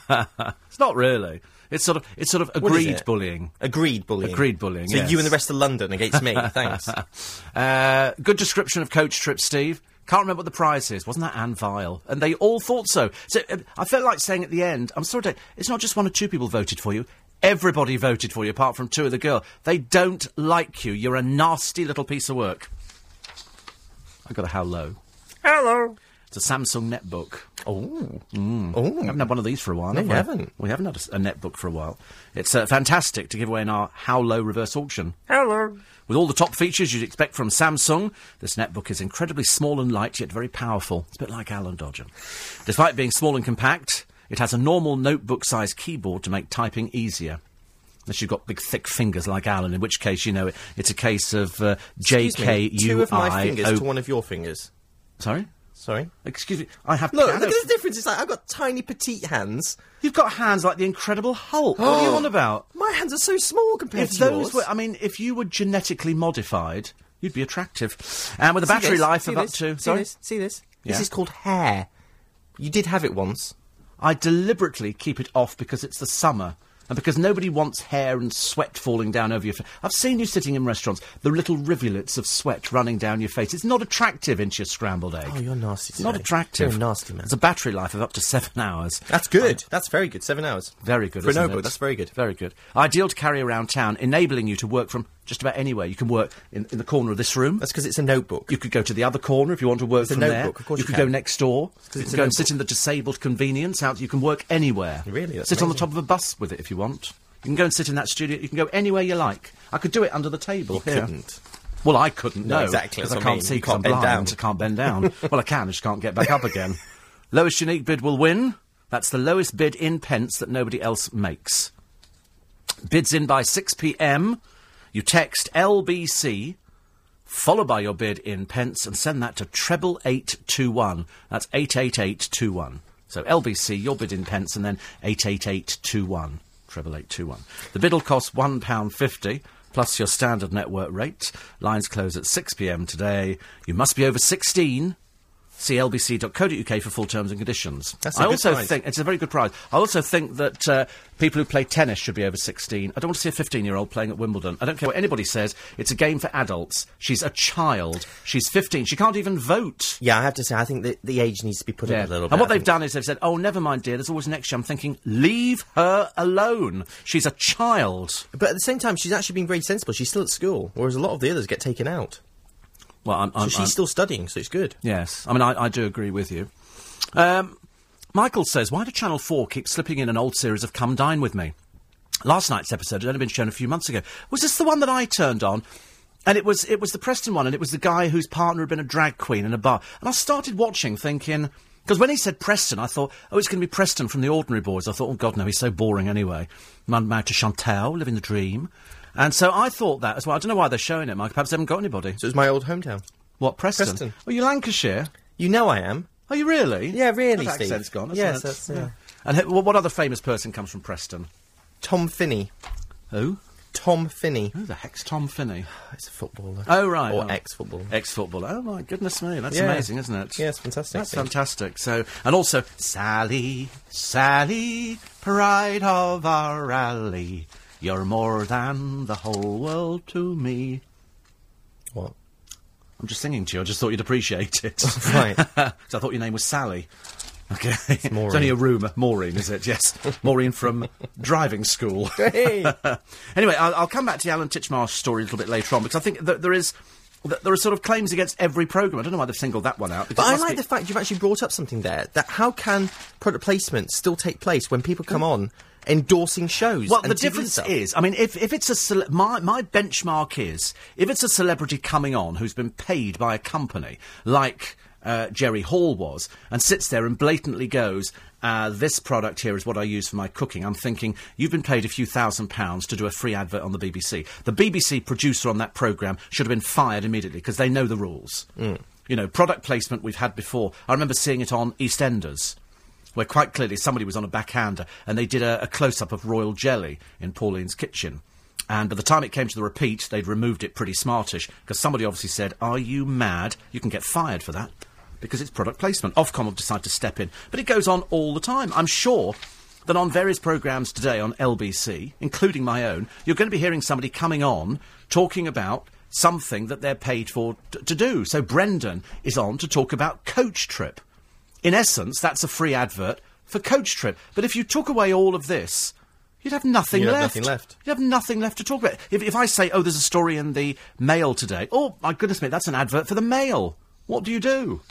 It's not really. It's sort of it's sort of
What is
agreed
it?
bullying.
Agreed bullying.
Agreed bullying,
So
yes.
you and the rest of London against me. Thanks.
Uh, good description of coach trip, Steve. Can't remember what the prize is. Wasn't that Anne Vile? And they all thought so. So uh, I felt like saying at the end, I'm sorry, Dave, it's not just one or two people voted for you. Everybody voted for you, apart from two of the girl. They don't like you. You're a nasty little piece of work. I got a how low.
Hello.
It's a Samsung netbook.
Oh. Oh.
We haven't had one of these for a while.
No,
have
you
we?
haven't.
We haven't had a s- a, netbook for a while. It's uh, fantastic to give away in our How Low reverse auction.
Hello.
With all the top features you'd expect from Samsung, this netbook is incredibly small and light, yet very powerful. It's a bit like Alan Dodger. Despite being small and compact, it has a normal notebook-sized keyboard to make typing easier. Unless you've got big, thick fingers like Alan, in which case, you know, it, it's a case of uh,
Excuse me,
JKUI.
Two of my fingers to one of your fingers.
Sorry?
Sorry.
Excuse me, I have
Look,
piano
look at the difference. It's like I've got tiny petite hands.
You've got hands like the Incredible Hulk. what are you on about?
My hands are so small compared
If
to
those uh,
yours.
were, I mean, if you were genetically modified, you'd be attractive. And with a battery
See this?
life
See
of up
this?
to.
See
Sorry?
this? See this?
Yeah.
This is called hair. You did have it once.
I deliberately keep it off because it's the summer. And because nobody wants hair and sweat falling down over your face. I've seen you sitting in restaurants, the little rivulets of sweat running down your face. It's not attractive into your scrambled egg.
Oh, you're nasty
It's not
today.
attractive.
You're a nasty man.
It's a battery life of up to seven hours.
That's good. that's very good. Seven hours.
Very good.
For
isn't
an oboe,
it?
that's very good.
Very good. Ideal to carry around town, enabling you to work from just about anywhere. You can work in, in the corner of this room.
That's because it's a notebook.
You could go to the other corner if you want to work
a
from there.
notebook, of course
you
you
could
can.
go next door. You
it's
could
a
go and sit
notebook.
in the disabled convenience house. You can work anywhere.
Really? That's
sit on the
amazing.
top of a bus with it if you want. You can go and sit in that studio. You can go anywhere you like. I could do it under the table.
You
here.
couldn't.
Well, I couldn't. No,
No, exactly,
Because I
that's what I
can't
mean.
see.
You
Because I'm
can't bend
blind.
down.
I can't bend down. well, I can. I just can't get back up again. Lowest unique bid will win. That's the lowest bid in pence that nobody else makes. Bids in by 6 pm. You text LBC, followed by your bid in pence, and send that to treble 821. That's 88821. So LBC, your bid in pence, and then 88821. Treble 821. The bid will cost £1.50 plus your standard network rate. Lines close at 6 pm today. You must be over 16. See lbc.co.uk for full terms and conditions.
That's a
I
good
also
prize.
think it's a very good prize. I also think that uh, people who play tennis should be over 16. I don't want to see a 15 year old playing at Wimbledon. I don't care what anybody says. It's a game for adults. She's a child. She's 15. She can't even vote.
Yeah, I have to say, I think that the age needs to be put up a little bit.
And what
I
they've
think.
done is they've said, oh, never mind, dear, there's always next year. I'm thinking, leave her alone. She's a child.
But at the same time, she's actually been very sensible. She's still at school, whereas a lot of the others get taken out.
Well, I'm,
So
I'm,
she's
I'm-
still studying, so it's good.
Yes, I mean, I, I do agree with you. Um, Michael says, why do Channel 4 keep slipping in an old series of Come Dine With Me? Last night's episode had only been shown a few months ago. Was this the one that I turned on? And it was it was the Preston one, and it was the guy whose partner had been a drag queen in a bar. And I started watching, thinking, because when he said Preston, I thought, oh, it's going to be Preston from the Ordinary Boys. I thought, oh God, no, he's so boring anyway. Man married to Chantal, living the dream. And so I thought that as well. I don't know why they're showing it, Mike. Perhaps they haven't got anybody.
So it's my old hometown.
What Preston?
Preston.
Well, you Lancashire.
You know I am.
Are you really?
Yeah, really,
That
Steve.
accent's gone. hasn't
Yes,
it?
that's- yeah.
And who- what other famous person comes from Preston?
Tom Finney.
Who?
Tom Finney.
Who the heck's Tom Finney?
It's a footballer.
Oh right,
Or
oh.
ex-footballer.
Ex-footballer. Oh my goodness me, that's
Yeah.
amazing, isn't it?
Yeah, it's fantastic.
That's fantastic. So, and also Sally, Sally, pride of our alley, you're more than the whole world to me.
What?
I'm just singing to you. I just thought you'd appreciate it.
Right.
Because I thought your name was Sally. Okay. It's,
Maureen.
only a rumour. Maureen, is it? Yes. Maureen from driving school. anyway, I'll, I'll come back to the Alan Titchmarsh story a little bit later on because I think that there is. that There are sort of claims against every programme. I don't know why they've singled that one out. because it
But I
must
like
be-
the fact you've actually brought up something there. That how can product placement still take place when people come on endorsing shows?
Well,
and
the
TV
difference
stuff?
is, I mean, if, if it's a cele- my my benchmark is if it's a celebrity coming on who's been paid by a company like uh, Jerry Hall was and sits there and blatantly goes, uh, "This product here is what I use for my cooking." I'm thinking you've been paid a few thousand pounds to do a free advert on the BBC. The BBC producer on that program should have been fired immediately because they know the rules. You know, product placement we've had before. I remember seeing it on EastEnders where quite clearly somebody was on a backhander and they did a, a close up of royal jelly in Pauline's kitchen. And by the time it came to the repeat, they'd removed it pretty smartish because somebody obviously said, Are you mad? You can get fired for that because it's product placement. Ofcom have decided to step in. But it goes on all the time. I'm sure that on various programmes today on LBC, including my own, you're going to be hearing somebody coming on talking about something that they're paid for t- to do. So Brendan is on to talk about Coach Trip. In essence, that's a free advert for Coach Trip. But if you took away all of this, you'd have nothing
You'd have
left.
nothing left.
You'd have nothing left to talk about. If, if I say, oh, there's a story in the Mail today, oh, my goodness me, that's an advert for the Mail. What do you do?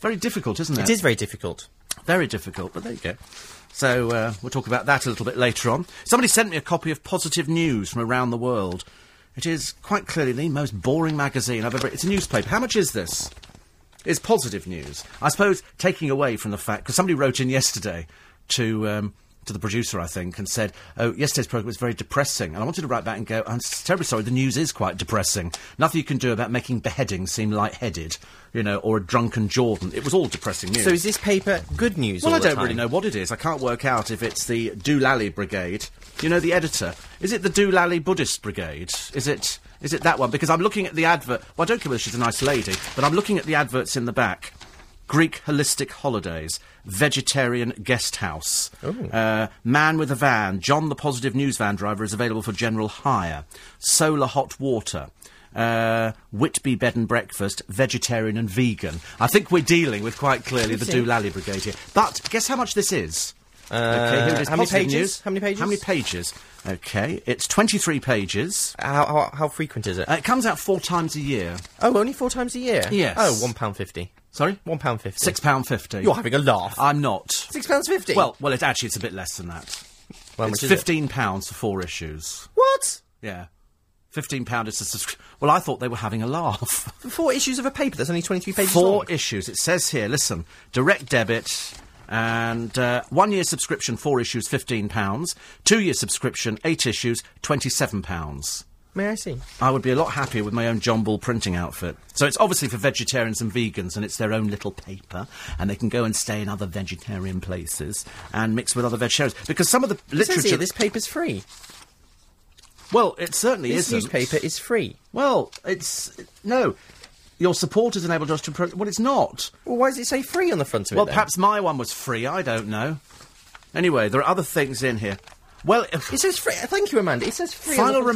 Very difficult, isn't it?
It is very difficult.
Very difficult, but there you go. So uh, we'll talk about that a little bit later on. Somebody sent me a copy of Positive News from around the world. It is quite clearly the most boring magazine I've ever. It's a newspaper. How much is this? It's positive news, I suppose. Taking away from the fact because somebody wrote in yesterday to um, to the producer, I think, and said, "Oh, yesterday's program was very depressing," and I wanted to write back and go, "I'm s- terribly sorry. The news is quite depressing. Nothing you can do about making beheading seem light-headed, you know, or a drunken Jordan. It was all depressing news."
So is this paper good news?
Well,
all
I
the
don't really
time?
know what it is. I can't work out if it's the Doolally Brigade. You know, the editor. Is it the Doolally Buddhist Brigade? Is it? Is it that one? Because I'm looking at the advert. Well, I don't care whether she's a nice lady, but I'm looking at the adverts in the back. Greek holistic holidays, vegetarian guest house, uh, man with a van, John the positive news van driver is available for general hire, solar hot water, uh, Whitby bed and breakfast, vegetarian and vegan. I think we're dealing with quite clearly the
Interesting.
Doolally. Alley Brigade here. But guess how much this is? here it is.
Uh, how many
Positive
pages?
news.
How many pages?
How many pages? Okay, it's 23 pages.
How, how, how frequent is it?
Uh, it comes out four times a year.
oh, only four times a year.
Yes.
Oh, one pound fifty.
Sorry?
One pound fifty.
£6.50.
You're having a laugh.
I'm not.
Six pounds fifty.
Well, well, it actually it's a bit less than that.
Well, how
it's
much is it?
£15 for four issues.
What?
Yeah. Fifteen pound is the subscription. Well, I thought they were having a laugh.
Four issues of a paper that's only 23 pages
Four
long.
issues. It says here. Listen, direct debit. And uh, one year subscription, four issues, £15. Two year subscription, eight issues, £27.
May I see?
I would be a lot happier with my own John Bull printing outfit. So it's obviously for vegetarians and vegans, and it's their own little paper, and they can go and stay in other vegetarian places and mix with other vegetarians. Because some of the
It says
literature,
here this paper's free.
well, it certainly
This
isn't.
newspaper is free.
Well, it's no. Your supporters enable us to. Pro- well, it's not.
Well, why does it say free on the front of
Well,
it? then?
perhaps my one was free. I don't know. Anyway, there are other things in here. Well,
It says free. Thank you, Amanda. It says free.
final
on the front of the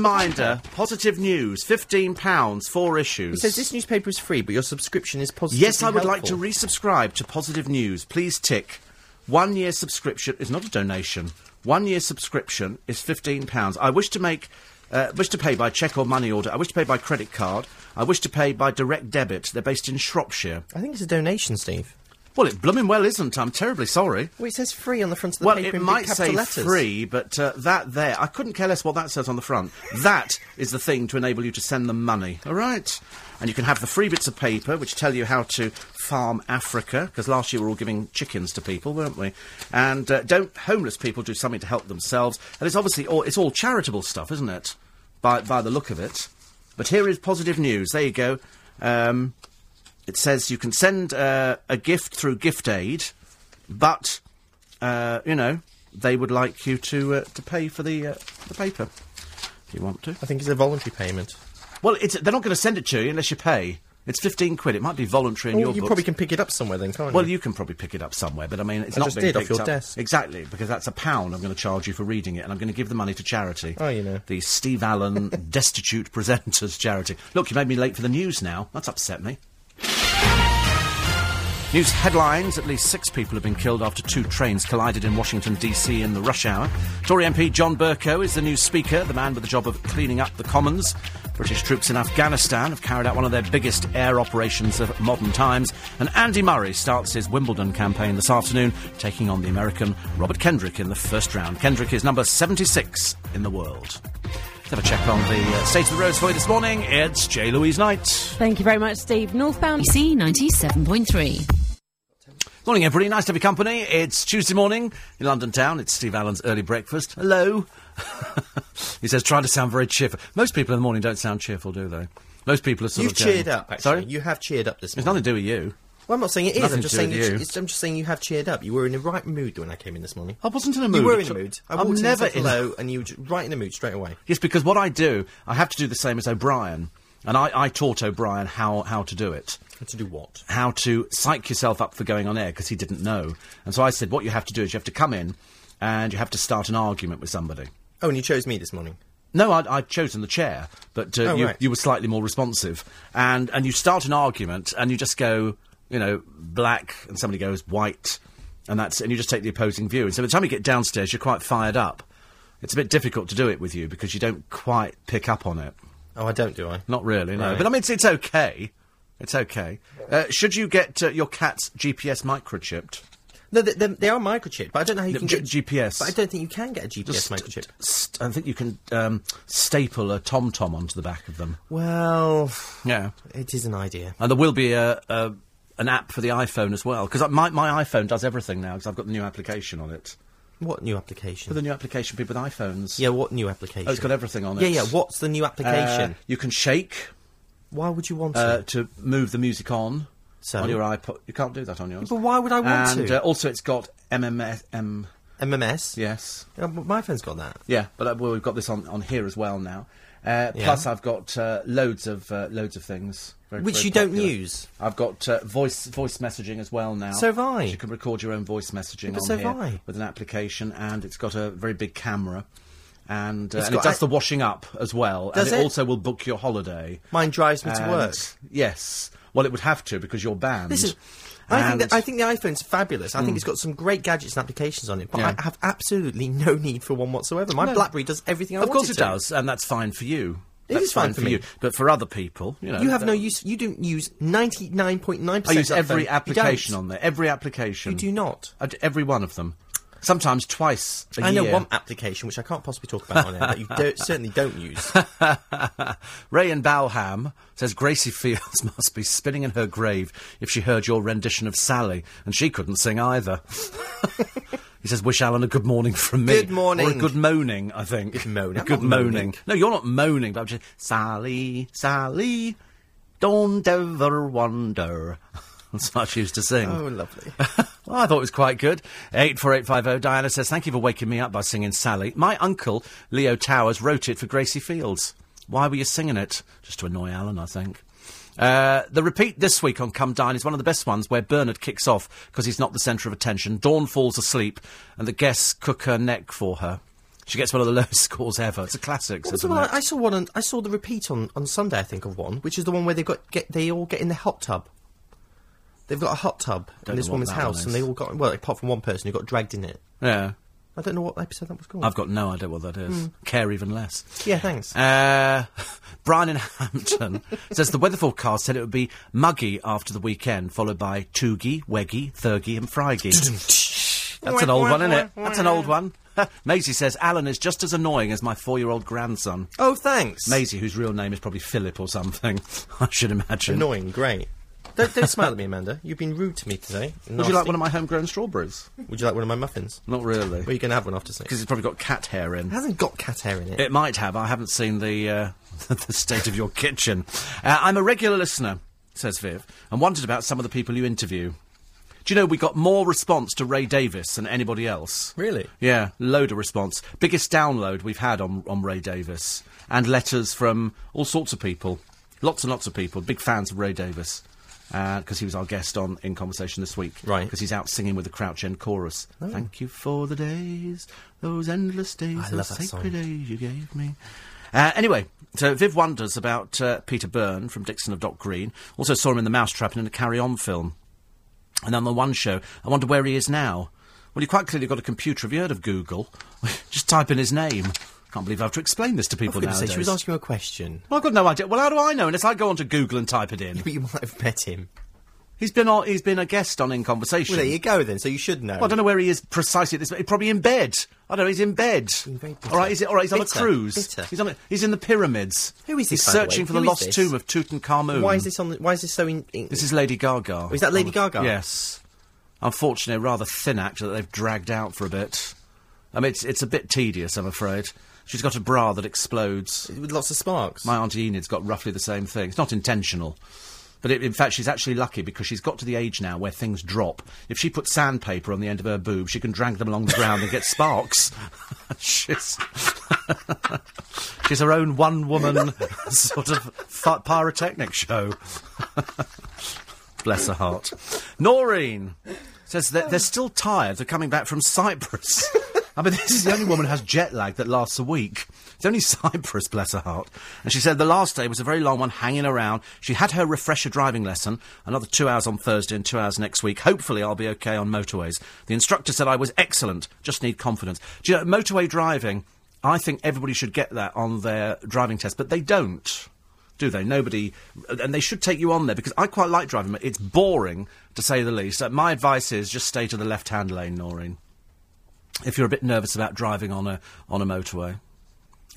reminder:
paper.
positive news, fifteen pounds, four issues.
It says this newspaper is free, but your subscription is positive.
Yes, I would like to resubscribe to Positive News. Please tick. One year subscription is not a donation. One year subscription is fifteen pounds. I wish to make, uh, wish to pay by cheque or money order. I wish to pay by credit card. I wish to pay by direct debit. They're based in Shropshire.
I think it's a donation, Steve.
Well, it blooming well isn't. I'm terribly sorry.
Well, it says free on the front of the
Well,
paper
it
in
might
big capital
say
letters.
free, but uh, that there, I couldn't care less what that says on the front. that is the thing to enable you to send them money. All right, and you can have the free bits of paper which tell you how to farm Africa because last year we were all giving chickens to people, weren't we? And uh, don't homeless people do something to help themselves? And it's obviously all, it's all charitable stuff, isn't it? By by the look of it. But here is positive news. There you go. Um, it says you can send uh, a gift through gift aid, but uh, you know they would like you to uh, to pay for the uh, the paper if you want to.
I think it's a voluntary payment.
Well, it's, they're not going to send it to you unless you pay. It's fifteen quid. It might be voluntary in
Well,
your
you
books.
probably can pick it up somewhere then, can't
well,
you?
you can probably pick it up somewhere, but I mean, it's
I
not
just
being
did off
picked
your
up.
desk.
exactly because that's a pound I'm going to charge you for reading it, and I'm going to give the money to charity.
Oh, you know.
the Steve Allen Destitute Presenters Charity. Look, you made me late for the news now. That's upset me. News headlines at least six people have been killed after two trains collided in Washington, D.C. in the rush hour. Tory MP John Burko is the new Speaker, the man with the job of cleaning up the Commons. British troops in Afghanistan have carried out one of their biggest air operations of modern times. And Andy Murray starts his Wimbledon campaign this afternoon, taking on the American Robert Kendrick in the first round. Kendrick is number 76 in the world. Let's have a check on the uh, state of the roads for you this morning. It's J. Louise Knight.
Thank you very much, Steve. Northbound.
BBC 97.3.
Morning, everybody. Nice to have your company. It's Tuesday morning in London town. It's Steve Allen's early breakfast. Hello. he says, trying to sound very cheerful. Most people in the morning don't sound cheerful, do they? Most people are sort
You've
of. going-
cheered up. Actually.
Sorry,
you have cheered up this
it's nothing
morning.
to do with you.
Well, I'm not saying it is.
Nothing
I'm
to
just
do
saying
with
you. che-
you.
it's- I'm just saying you have cheered up. You were in the right mood when I came in this morning.
I wasn't in a mood.
You were
at
in a
all.
mood. I
I'm
walked
never
in, said
in.
hello, and you were j- right in the mood straight away.
Yes, because what I do, I have to do the same as O'Brien, and I, I taught O'Brien how how to do it.
Had to do what?
how to psych yourself up for going on air because he didn't know. And so I said, what you have to do is you have to come in and you have to start an argument with somebody.
Oh, and you chose me this morning.
No, I'd, I'd chosen the chair, but uh,
Oh,
you,
right.
you were slightly more responsive. And, and you start an argument and you just go, you know, black, and somebody goes white, and that's and you just take the opposing view. And so by the time you get downstairs, you're quite fired up. It's a bit difficult to do it with you because you don't quite pick up on it.
Oh, I don't, do I?
Not really, no.
Right.
But I mean, it's, it's okay. It's okay. Uh, should you get uh, your cat's GPS microchipped?
No, they, they, they are microchipped, but I don't know how you
The
can
G-
get
GPS.
But I don't think you can get a GPS microchip.
St- I think you can um, staple a tom-tom onto the back of them.
Well,
Yeah.
it is an idea.
And there will be a, a an app for the iPhone as well, because my, my iPhone does everything now, because I've got the new application on it.
What new application?
The new application for people with iPhones.
yeah, what new application?
Oh, it's got everything on it.
Yeah, yeah. What's the new
Uh,
application?
you can shake
why would you want
uh,
it?
to move the music on
So?
on your iPod. You can't do that on yours.
But why would I want
and,
to?
Uh, also, it's got MMS. M-
MMS.
yes.
Yeah, but Oh, my phone's got that.
Yeah, but uh, well, we've got this on, on here as well now. Uh,
Yeah.
Plus, I've got uh, loads of uh, loads of things very-
Which
very
you don't
popular.
use.
I've got uh, voice voice messaging as well now.
So have I.
So you can record your own voice messaging
but
on
so
here
have I.
with an application, and it's got a very big camera, and, uh,
It's
and it
got-
does the
I-
washing up as well,
Does
and it,
it?
also will book your holiday.
Mine drives me to
And-
work.
Yes. Well, it would have to because you're banned.
Listen, I think
And- Mm.
that, I think the iPhone's fabulous. I think it's got some great gadgets and applications on it, but
Yeah.
I have absolutely no need for one whatsoever. My
No.
BlackBerry does everything I
Of
want
course
it
it
to.
does, and that's fine for you.
It
that's
is fine for me.
you, but for other people, you know,
You have no
that-
use. You don't use ninety nine point nine
I
percent.
use every application on there. Every application.
You do not.
I d- every one of them. sometimes twice a
I
year.
know one application which I can't possibly talk about on air that you do certainly don't use.
Ray in Balham says Gracie Fields must be spinning in her grave if she heard your rendition of Sally, and she couldn't sing either. he says, "Wish Alan a good morning from me.
Good morning.
or a good moaning. I think
Good moan.
A
I'm
good
not moaning.
moaning. No, you're not moaning, but I'm just Sally, Sally, don't ever wonder." That's what she used to sing.
Oh, lovely.
well, I thought it was quite good. 84850 oh, Diana says, Thank you for waking me up by singing Sally. My uncle, Leo Towers, wrote it for Gracie Fields. Why were you singing it? Just to annoy Alan, I think. Uh, the repeat this week on Come Dine is one of the best ones where Bernard kicks off because he's not the centre of attention. Dawn falls asleep and the guests cook her neck for her. She gets one of the lowest scores ever. It's a classic.
Also,
isn't
well,
it?
I saw one. On, I saw the repeat on, on Sunday. I think of one, which is the one where they got get they all get in the hot tub. They've got a hot tub
Don't
in this
know what
woman's
that one
house, and
is.
they all got well, apart from one person who got dragged in it.
Yeah.
I don't know what episode that was called.
I've got no idea what that is. Care even less.
Yeah, thanks.
Uh, Brian in Hampton says the weather forecast said it would be muggy after the weekend, followed by Toogie, Weggy, Thurgy, and Fryggy. That's an old one, isn't it? That's an old one. Maisie says Alan is just as annoying as my four-year-old grandson.
oh, thanks.
Maisie, whose real name is probably Philip or something, I should imagine.
Annoying. Great. Don't, don't smile at me, Amanda. You've been rude to me today.
Would you like one of my homegrown strawberries?
Would you like one of my muffins?
Not really,
Well,
because
you can have one after six.
it's probably got cat hair in.
It hasn't got cat hair in it.
It might have. I haven't seen the uh, the state of your kitchen. Uh, I'm a regular listener, says Viv, and wondered about some of the people you interview. Do you know we got more response to Ray Davis than anybody else?
Really?
Yeah, load of response. Biggest download we've had on on Ray Davis, and letters from all sorts of people, lots and lots of people, big fans of Ray Davis. Because he was our guest on in conversation this week,
Right. Oh.
Because he's out singing with the Crouch End chorus. Thank you for the days, those endless days,
I
those
love that song.
sacred days you gave me. Uh, anyway, so Viv wonders about uh, Peter Byrne from Dixon of Dock Green. Also saw him in The Mousetrap and in a Carry On film. And on the One Show, I wonder where he is now. Well, you quite clearly got a computer. Have you heard of Google? Just type in his name. Can't believe I have to explain this to
I was
people
going to
nowadays.
say she was asking you a question,
well, I've got no idea. Well, how do I know? Unless I go onto Google and type it in.
but you might have met him.
He's been on, he's been a guest on In Conversation.
Well, there you go then. So you should know.
Well, I don't know where he is precisely at this. He's probably in bed. I don't know. He's in bed.
very bitter.
all right. He's, all right. He's
Bitter,
on a cruise.
bitter.
He's on. A, he's in the pyramids.
Who is
He's
this, by the way?
searching for the
Who is
lost
this?
tomb of Tutankhamun.
Why is this on? The, why is this so? In, in,
This is Lady Gaga.
is that Lady
Oh,
Gaga?
Yes. Unfortunately, a rather thin actor that they've dragged out for a bit. I mean, it's it's a bit tedious, I'm afraid. She's got a bra that explodes.
with lots of sparks.
My auntie Enid's got roughly the same thing. It's not intentional. But it, in fact, she's actually lucky because she's got to the age now where things drop. If she puts sandpaper on the end of her boob, she can drag them along the ground and get sparks. she's, she's her own one woman sort of fu- pyrotechnic show. Bless her heart. Noreen says that they're still tired of coming back from Cyprus. I mean, this is the only woman who has jet lag that lasts a week. It's only Cyprus, bless her heart. And she said the last day was a very long one, hanging around. She had her refresher driving lesson, another two hours on Thursday and two hours next week. Hopefully, I'll be okay on motorways. The instructor said I was excellent, just need confidence. Do you know, motorway driving, I think everybody should get that on their driving test, but they don't do they? Nobody, and they should take you on there because I quite like driving. It's boring to say the least. Uh, my advice is just stay to the left-hand lane, Noreen. If you're a bit nervous about driving on a on a motorway,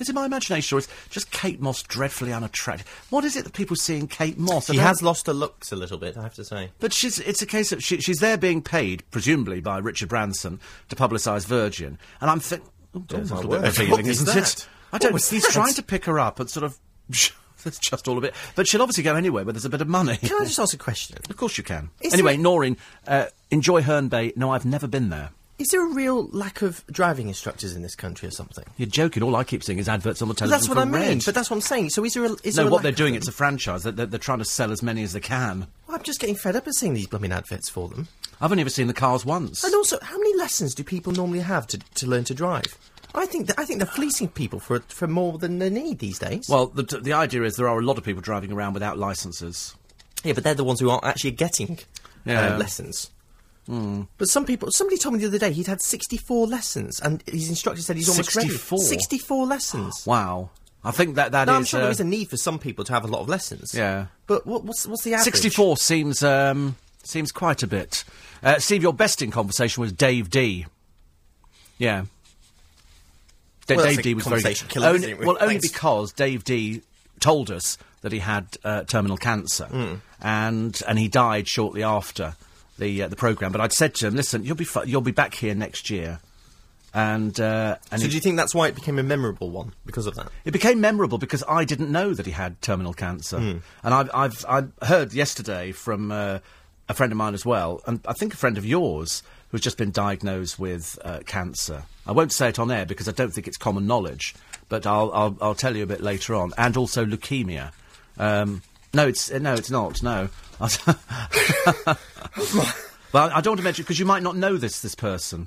is it my imagination or is just Kate Moss dreadfully unattractive? What is it that people see in Kate Moss? I
she
don't-
has lost her looks a little bit. I have to say.
but she's, it's a case of she, she's there being paid, presumably by Richard Branson, to publicise Virgin. And I'm thinking, oh, that's a
my
little bit
word.
revealing,
What is
isn't
that?
it? I
What
don't.
was
He's
that?
trying to pick her up and sort of. That's just all a bit. But she'll obviously go anywhere where there's a bit of money.
Can I just ask a question?
Of course you can.
Is
anyway,
there-
Noreen, uh, enjoy Herne Bay. No, I've never been there.
Is there a real lack of driving instructors in this country or something?
You're joking. All I keep seeing is adverts on the television.
That's what
for
I mean.
Red.
But that's what I'm saying. So is there? A, is
no,
there a
what
lack
they're
of
doing,
them?
it's a franchise. They're, they're, they're trying to sell as many as they can.
Well, I'm just getting fed up of seeing these blooming adverts for them.
I've only ever seen the cars once.
And also, how many lessons do people normally have to, to learn to drive? I think that, I think they're fleecing people for for more than they need these days.
Well, the, the idea is there are a lot of people driving around without licences.
yeah, but they're the ones who aren't actually getting
Yeah. Hmm.
uh, lessons. But some people, somebody told me the other day he'd had 64 lessons, and his instructor said he's almost
64?
ready. 64 lessons.
Wow. I think that that is
Now, I'm sure
uh,
there is a need for some people to have a lot of lessons.
Yeah.
But what, what's what's the average?
64 seems um, seems quite a bit. Uh, Steve, your best in conversation was Dave D. Yeah. Da-
Well, that's
Dave
a
D was very
conversation killer,
only-
isn't it, really?
well only
Thanks.
because Dave D told us that he had uh, terminal cancer
Hmm.
and and he died shortly after the uh, the program. But I'd said to him, "Listen, you'll be fu- you'll be back here next year," and uh, and
So
he-
do you think that's why it became a memorable one because of that?
it became memorable because I didn't know that he had terminal cancer, and I've, I've I heard yesterday from uh, a friend of mine as well, and I think a friend of yours who's just been diagnosed with uh, cancer. I won't say it on air because I don't think it's common knowledge, but I'll I'll, I'll tell you a bit later on, and also leukemia. Um, no, it's uh, no, it's not. No. Well, I don't want to mention because you might not know this this person,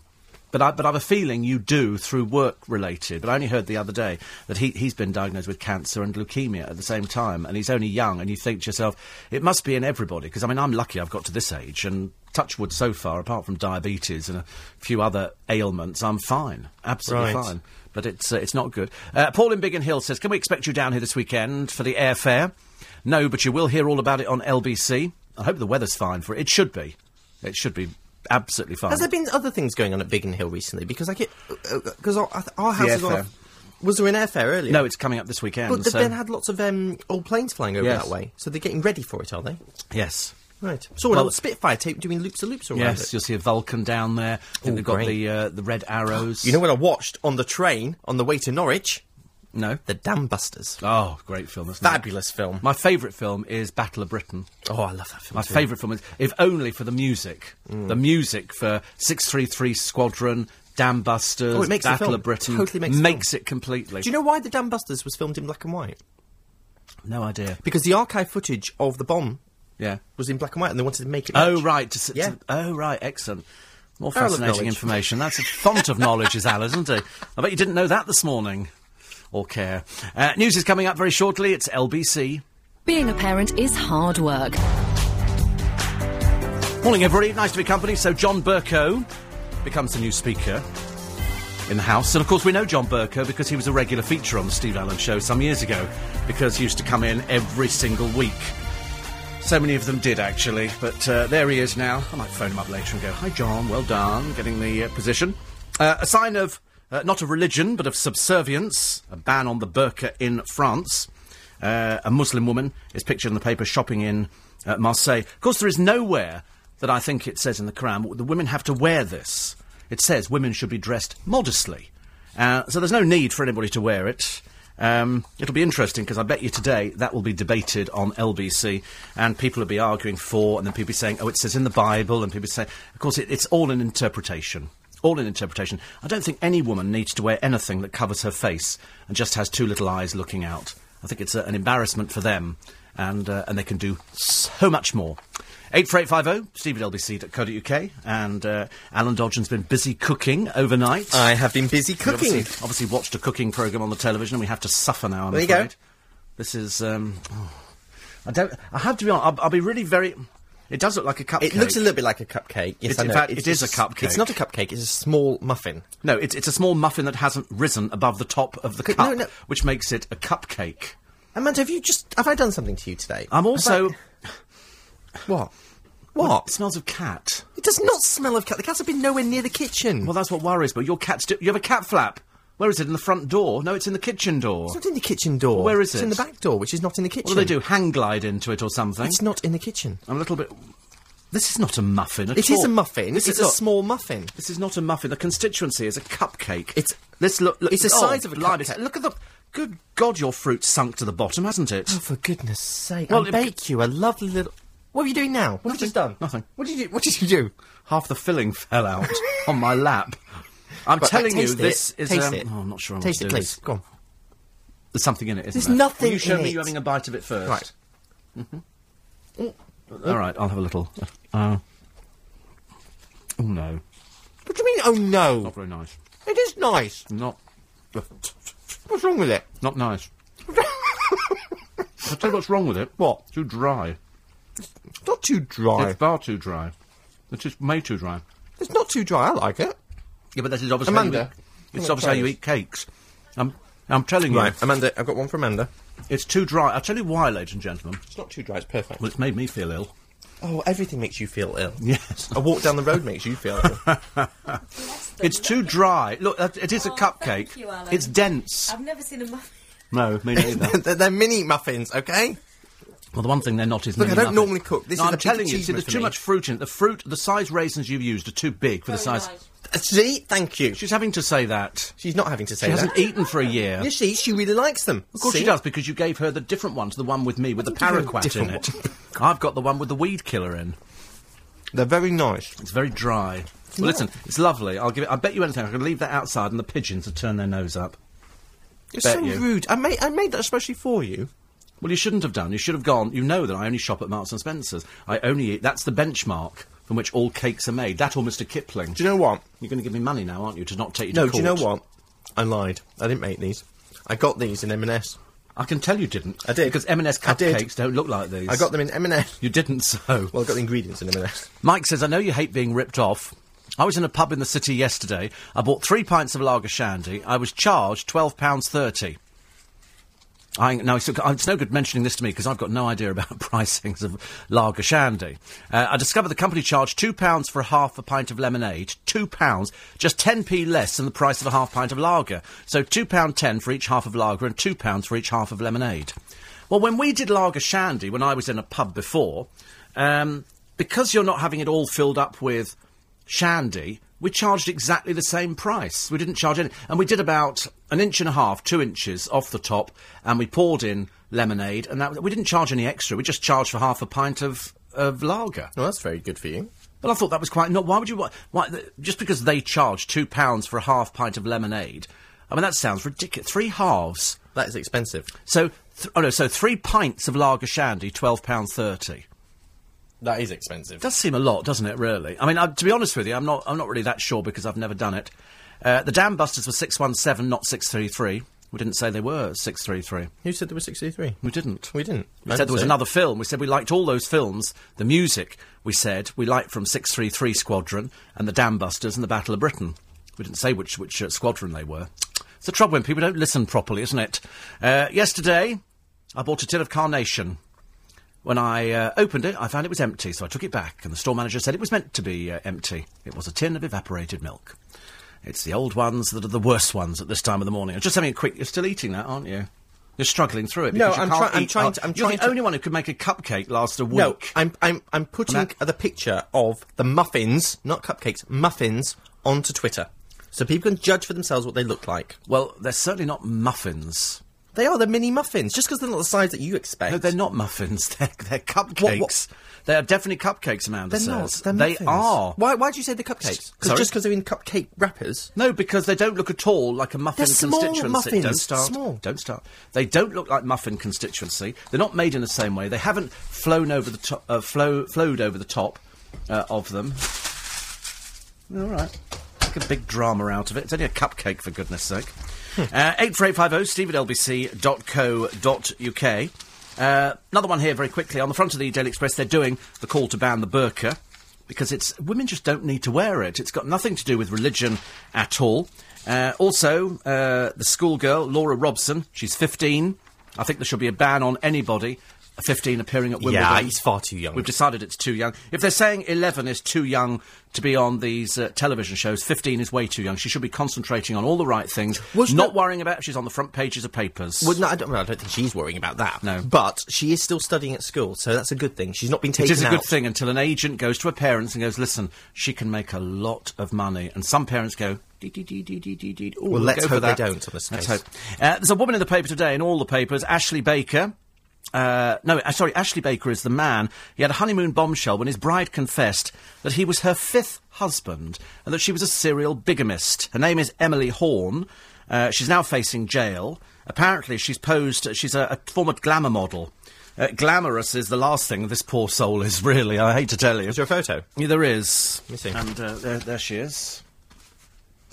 but I, but I've a feeling you do through work related. But I only heard the other day that he he's been diagnosed with cancer and leukemia at the same time, and he's only young. And you think to yourself, it must be in everybody because I mean I'm lucky I've got to this age and touch wood so far, apart from diabetes and a few other ailments, I'm fine, absolutely
Right.
fine. But it's uh, it's not good. Uh, Paul in Biggin Hill says, can we expect you down here this weekend for the airfare? No, but you will hear all about it on LBC. I hope the weather's fine for it. It should be. It should be absolutely fine.
Has there been other things going on at Biggin Hill recently? Because I get because our, our house is on.
airfare.
A, was there an airfare earlier?
no, it's coming up this weekend.
But they've
so-
been had lots of um, old planes flying over
Yes.
that way, so they're getting ready for it, are they?
yes.
Right. So
Well-
an old Spitfire tape doing loops of loops around
Yes,
it.
you'll see a Vulcan down there. I think
Ooh,
they've got
great.
the uh, the red arrows.
You know what I watched on the train on the way to Norwich?
no.
The Dam Busters.
Oh, great film! isn't it?
Fabulous film.
My favourite film is Battle of Britain.
oh, I love that film.
My
too.
favourite film is, if only for the music.
Mm.
The music for 633 Squadron, Dam Busters,
Oh, it makes the
Battle
film.
of Britain.
Totally makes the
it completely.
Do you know why the Dam Busters was filmed in black and white?
No idea.
Because the archive footage of the bomb
Yeah.
was in black and white, and they wanted to make it.
Oh,
match.
right. to s- to-
Yeah.
oh, right. Excellent. More
Barrel of
fascinating
knowledge.
information. That's a font of knowledge, is Al, isn't it? I bet you didn't know that this morning. Or care. Uh, news is coming up very shortly. It's LBC.
Being a parent is hard work.
Morning, everybody. Nice to be company. So, John Burko becomes the new speaker in the House. And, of course, we know John Burko because he was a regular feature on the Steve Allen show some years ago because he used to come in every single week. So many of them did, actually. But uh, there he is now. I might phone him up later and go, Hi, John. Well done. Getting the uh, position. Uh, a sign of, uh, not of religion, but of subservience, a ban on the burqa in France. Uh, a Muslim woman is pictured in the paper shopping in uh, Marseille. Of course, there is nowhere that I think it says in the Quran w- the women have to wear this. It says women should be dressed modestly. Uh, so there's no need for anybody to wear it. Um, it'll be interesting because I bet you today that will be debated on LBC, and people will be arguing for, and then people be saying, "Oh, it says in the Bible," and people say, "Of course, it, it's all an interpretation." All in interpretation. I don't think any woman needs to wear anything that covers her face and just has two little eyes looking out. I think it's uh, an embarrassment for them, and uh, and they can do so much more. 84850, oh, steve at lbc.co.uk, and uh, Alan Dodgen's been busy cooking overnight.
I have been busy
We
cooking.
Obviously, obviously watched a cooking program on the television, and we have to suffer now. I'm
There you go.
afraid. This is. Um, oh, I don't. I have to be honest. I'll, I'll be really very. It does look like a cupcake.
It looks a little bit like a cupcake. Yes,
It's-
I
in
know.
fact, it is
just-
a cupcake.
It's not a cupcake. It's a small muffin.
No, it's it's a small muffin that hasn't risen above the top of the
Could-
cup,
no, no.
which makes it a cupcake.
Amanda, have you just have I done something to you today?
I'm also.
what?
Well,
What?
It smells of cat.
It does not smell of cat. The cats have been nowhere near the kitchen.
Well, that's what worries me. Your cat's. Do- you have a cat flap. Where is it? In the front door? No, it's in the kitchen door.
it's not in the kitchen door.
Where is
it's
it?
in the back door, which is not in the kitchen.
What do they do? Hang glide into it or something?
It's not in the kitchen.
I'm a little bit. This is not a muffin at
It
all.
is a muffin.
This
it's
is
a
look,
small muffin.
This is not a muffin. The constituency is a cupcake.
It's-
this look. look
it's the
oh,
size of a
blimey, it's-
cupcake.
Look at the. Good God, your fruit's sunk to the bottom, hasn't it?
Oh, for goodness sake!
Well,
Well,
it-
I bake you a lovely little. What are you doing now? What have you just done?
Nothing.
What did you? What did you do?
Half the filling fell out on my lap. I'm
Right,
telling
right,
you,
taste
this
it.
is.
Taste
um,
it.
oh, I'm not sure. I want
Taste
to
it,
do this.
please. Go on.
There's something in it, isn't
There's
there?
nothing
Will you show
in
me
it.
you having a bite of it first. Mm-hmm.
Right.
All right. I'll have a little. Uh, oh no,
What do you mean? Oh no!
not very nice.
It is nice.
Not.
What's wrong with it?
Not nice. I'll tell you what's wrong with it.
What?
Too dry.
It's not too dry.
It's far too dry. It's just way too dry.
It's not too dry. I like it.
Yeah, but that is obviously How
Amanda,
you eat,
I'm
it's
gonna
obviously how
try
you
this.
eat cakes. I'm, I'm telling you,
Right, um- Amanda, I've got one for Amanda.
it's too dry. I'll tell you why, ladies and gentlemen.
It's not too dry. It's perfect.
Well, it's made me feel ill.
Oh, everything makes you feel ill.
Yes.
A walk down the road makes you feel ill.
It's too dry. Look, that- it is a
Oh,
cupcake.
thank you, Alan. Um,
It's dense.
I've never seen a muffin.
No, me neither.
they're, they're mini muffins, okay?
Well, the one thing they're not is
Look,
mini
I don't
muffins.
normally cook. This
no,
is
I'm
a big
telling you, see,
achievement
there's
for
too
me.
much fruit in it. The fruit, the size raisins you've used are too big for the
Very
size.
nice.
Uh, See, thank you.
She's having to say that.
She's not having to say
She
that.
hasn't eaten for a year.
Yes, she she really likes them.
Of course she does, because you gave her the different one to the one with me with the
do you mean
paraquat in
different
it. I've got the one with the weed killer in.
They're very nice.
It's very dry. well, listen, it's lovely. I'll give it. I bet you anything. I can leave that outside, and the pigeons would turn their nose up.
You're
Bet
so
you.
rude. I made I made that especially for you.
Well, you shouldn't have done. You should have gone. You know that I only shop at Marks and Spencers. I only eat. That's the benchmark from which all cakes are made. That or Mr. Kipling.
Do you know what?
You're going to give me money now, aren't you, to not take you to
No,
court?
do you know what? I lied. I didn't make these. I got these in M&S.
I can tell you didn't.
I did.
Because M&S
I did.
cupcakes don't look like these.
I got them in M&S.
You didn't, so.
Well, I got the ingredients in M&S.
Mike says, I know you hate being ripped off. I was in a pub in the city yesterday. I bought three pints of lager shandy. I was charged £12.30. I, now, it's, it's no good mentioning this to me because I've got no idea about pricings of lager shandy. Uh, I discovered the company charged £2 for half a pint of lemonade, £2, just 10p less than the price of a half pint of lager. So £2.10 for each half of lager and £2 for each half of lemonade. Well, when we did lager shandy, when I was in a pub before, um, because you're not having it all filled up with shandy, we charged exactly the same price. We didn't charge any, and we did about an inch and a half, two inches off the top, and we poured in lemonade, and that we didn't charge any extra. We just charged for half a pint of of lager.
Well, that's very good for you.
Well, I thought that was quite. Not why would you? wa- Why, th just because they charge two pounds for a half pint of lemonade? I mean, that sounds ridiculous. Three halves.
That is expensive.
So, th- oh no, so three pints of lager shandy, twelve pounds thirty.
That is expensive.
does seem a lot, doesn't it? Really. I mean, I, to be honest with you, I'm not. I'm not really that sure because I've never done it. Uh, the Dam Busters were six one seven, not six three three. We didn't say they were six three three.
Who said there was 63?
We didn't.
We didn't.
We
I
said
didn't
there was
say it.
another film. We said we liked all those films. The music, we said, we liked from 633 Squadron and the Dam Busters and the Battle of Britain. We didn't say which, which uh, squadron they were. It's the trouble when people don't listen properly, isn't it? Uh, yesterday, I bought a tin of carnation. When I uh, opened it, I found it was empty, so I took it back, and the store manager said it was meant to be uh, empty. It was a tin of evaporated milk. It's the old ones that are the worst ones at this time of the morning. I'm just having a quick. You're still eating that, aren't you? You're struggling through it.
No,
because you
I'm
can't
try- I'm
eat
trying
out-
to- I'm
You're
trying
the
to-
only one who could make a cupcake last a week.
No, I'm, I'm, I'm putting
Matt-
the picture of the muffins, not cupcakes, muffins, onto Twitter. So people can judge for themselves what they look like.
Well, they're certainly not muffins.
They are, they're mini muffins, just because they're not the size that you expect.
No, they're not muffins. They're, they're cupcakes. They are definitely cupcakes, Amanda
They're not.
says.
They're
They
muffins.
are.
Why, why do you say the cupcakes? Cause
Sorry?
just because they're in cupcake wrappers.
No, because they don't look at all like a muffin
They're small
constituency.
muffins,
Don't start.
small.
Don't start. They don't look like muffin constituency. They're not made in the same way. They haven't flown over the top. Uh, flow, flowed over the top uh, of them. All right. Make a big drama out of it. It's only a cupcake, for goodness sake.
Hmm.
uh, 84850 steve at lbc.co.uk. Uh, another one here very quickly. On the front of the Daily Express, they're doing the call to ban the burqa because it's women just don't need to wear it. It's got nothing to do with religion at all. Uh, also, uh, the schoolgirl, Laura Robson, she's 15. I think there should be a ban on anybody 15 appearing at Wimbledon.
he's far too young.
We've decided it's too young. If they're saying 11 is too young to be on these uh, television shows, 15 is way too young. She should be concentrating on all the right things,
Was
not
that-
worrying about if she's on the front pages of papers.
Well, no, I don't, well, I don't think she's worrying about that.
No.
But she is still studying at school, so that's a good thing. She's not been
it
taken
is a good
out.
thing until an agent goes to her parents and goes, listen, she can make a lot of money. And some parents go, "Dee, dee, dee, dee, dee, dee, dee. Ooh, we'll
let's
go for
hope they
that."
don't on this
Let's
case.
hope. Uh, there's a woman in the paper today, in all the papers, Ashley Baker. Uh, no, uh, sorry, Ashley Baker is the man. He had a honeymoon bombshell when his bride confessed that he was her fifth husband and that she was a serial bigamist. Her name is Emily Horn. Uh, she's now facing jail. Apparently, she's posed, she's a, a former glamour model. Uh, glamorous is the last thing this poor soul is, really. I hate to tell you.
Is there a photo?
Yeah, there is.
me see.
And uh, there, there she is.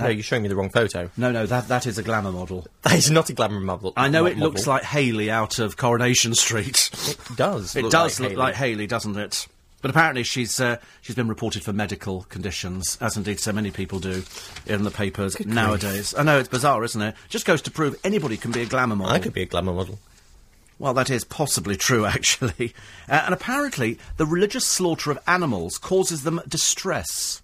No, you're showing me the wrong photo.
No, no, that, that is a glamour model.
That is not a glamour model.
I know
mo-
it looks
model.
like Haley out of Coronation Street.
It does.
It
look
does
like
look like Haley, doesn't it? But apparently she's uh, she's been reported for medical conditions, as indeed so many people do in the papers nowadays. I know it's bizarre, isn't it? Just goes to prove anybody can be a glamour model.
I could be a glamour model.
Well, that is possibly true, actually. Uh, and apparently, the religious slaughter of animals causes them distress.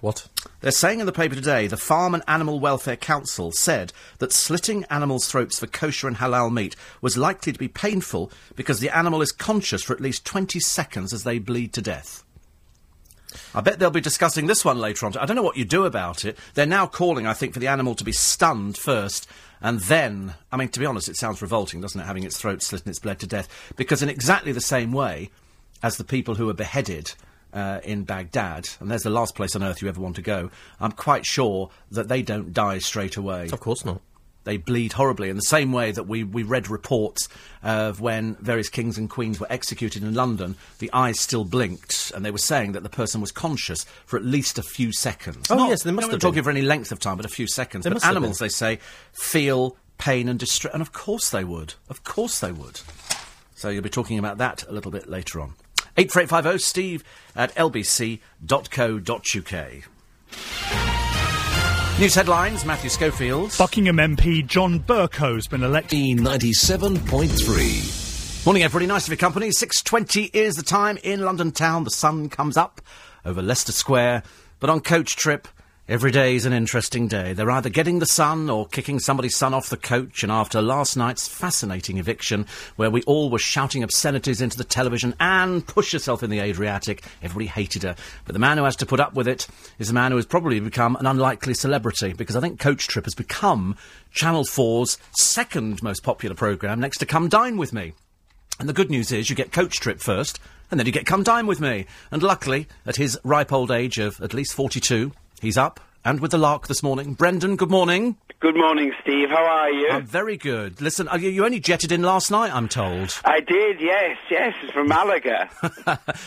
What?
They're saying in the paper today the Farm and Animal Welfare Council said that slitting animals' throats for kosher and halal meat was likely to be painful because the animal is conscious for at least 20 seconds as they bleed to death. I bet they'll be discussing this one later on. I don't know what you do about it. They're now calling, I think, for the animal to be stunned first and then. I mean, to be honest, it sounds revolting, doesn't it, having its throat slit and it's bled to death? Because in exactly the same way as the people who were beheaded uh, in Baghdad, and there's the last place on earth you ever want to go, I'm quite sure that they don't die straight away
Of course not.
they bleed horribly in the same way that we, we read reports of when various kings and queens were executed in London, the eyes still blinked, and they were saying that the person was conscious for at least a few seconds.
Oh, yes, they must
not
have
talking
been.
for any length of time, but a few seconds.
They
but
must have
animals,
been.
they say, feel pain and distress, and of course they would. Of course they would. So you'll be talking about that a little bit later on. 84850 oh, steve at lbc.co.uk. News headlines, Matthew Schofield.
Buckingham MP John Burko's been elected.
97.3.
Morning, everybody. Nice of your company. 6.20 is the time in London town. The sun comes up over Leicester Square. But on coach trip, every day is an interesting day. They're either getting the sun or kicking somebody's son off the coach. And after last night's fascinating eviction, where we all were shouting obscenities into the television and push herself in the Adriatic, everybody hated her. But the man who has to put up with it is the man who has probably become an unlikely celebrity because I think Coach Trip has become Channel 4's second most popular programme next to Come Dine With Me. And the good news is you get coach trip first, and then you get come dine with me. And luckily, at his ripe old age of at least 42, he's up and with the lark this morning. Brendan, good morning.
Good morning, Steve. How are you?
I'm very good. Listen, uh, you, you only jetted in last night, I'm told.
I did, yes, yes. It's from Malaga.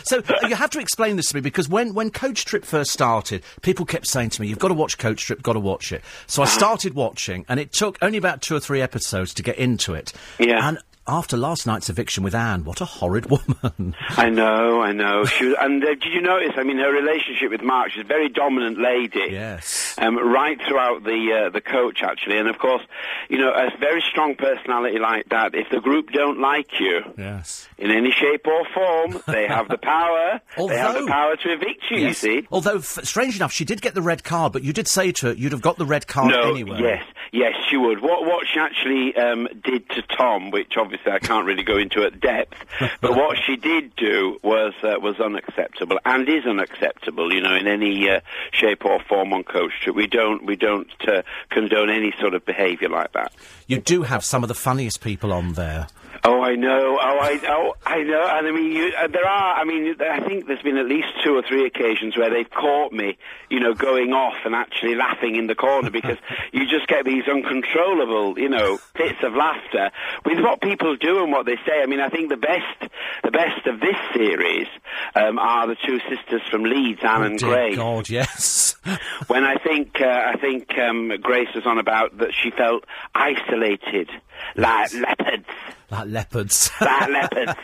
so uh, you have to explain this to me because when, when Coach Trip first started, people kept saying to me, "You've got to watch Coach Trip, got to watch it." So I started watching, and it took only about two or three episodes to get into it.
Yeah.
And after last night's eviction with Anne, what a horrid woman.
I know, I know. She was, and uh, did you notice? I mean, her relationship with Mark. She's a very dominant lady.
Yes.
Um, right throughout the uh, the coach, actually, and of course, you know, a very strong personality like that. If the group don't like you
yes.
in any shape or form, they have the power. they have the
Although-
power to evict you.
Yes.
You see.
Although, f- strange enough, she did get the red card, but you did say to her, you'd have got the red card
no,
anyway.
Yes, yes, she would. What what she actually um, did to Tom, which obviously I can't really go into at depth, but what she did do was uh, was unacceptable and is unacceptable. You know, in any uh, shape or form on coach trip, we don't we don't uh, condone any sort of behaviour like that.
You do have some of the funniest people on there.
Oh, I know. Oh, I oh, I know. And I mean, you, uh, there are. I mean, I think there's been at least two or three occasions where they've caught me, you know, going off and actually laughing in the corner because you just get these uncontrollable, you know, fits of laughter with what people do and what they say. I mean, I think the best, the best of this series um, are the two sisters from Leeds, Anne and
Oh, Dear
Grace
God, yes.
when I think uh, I think um, Grace was on about that she felt isolated, like leopards,
like leopards.
like leopards.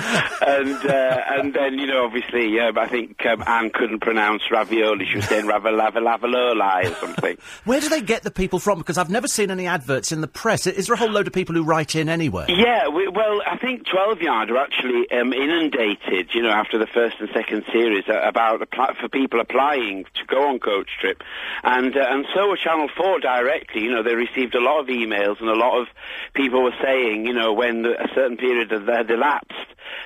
and uh, and then you know obviously um, I think um, Anne couldn't pronounce ravioli. She was saying raviolavilaviloli or something.
Where do they get the people from? Because I've never seen any adverts in the press. I- Is there a whole load of people who write in anyway?
Yeah, we, well, I think 12 Yard are actually um, inundated, you know, after the first and second series uh, about appli- for people applying to go on coach trip, and uh, and so were Channel 4 directly. You know, they received a lot of emails, and a lot of people were saying, you know, when the, a certain period had, had elapsed,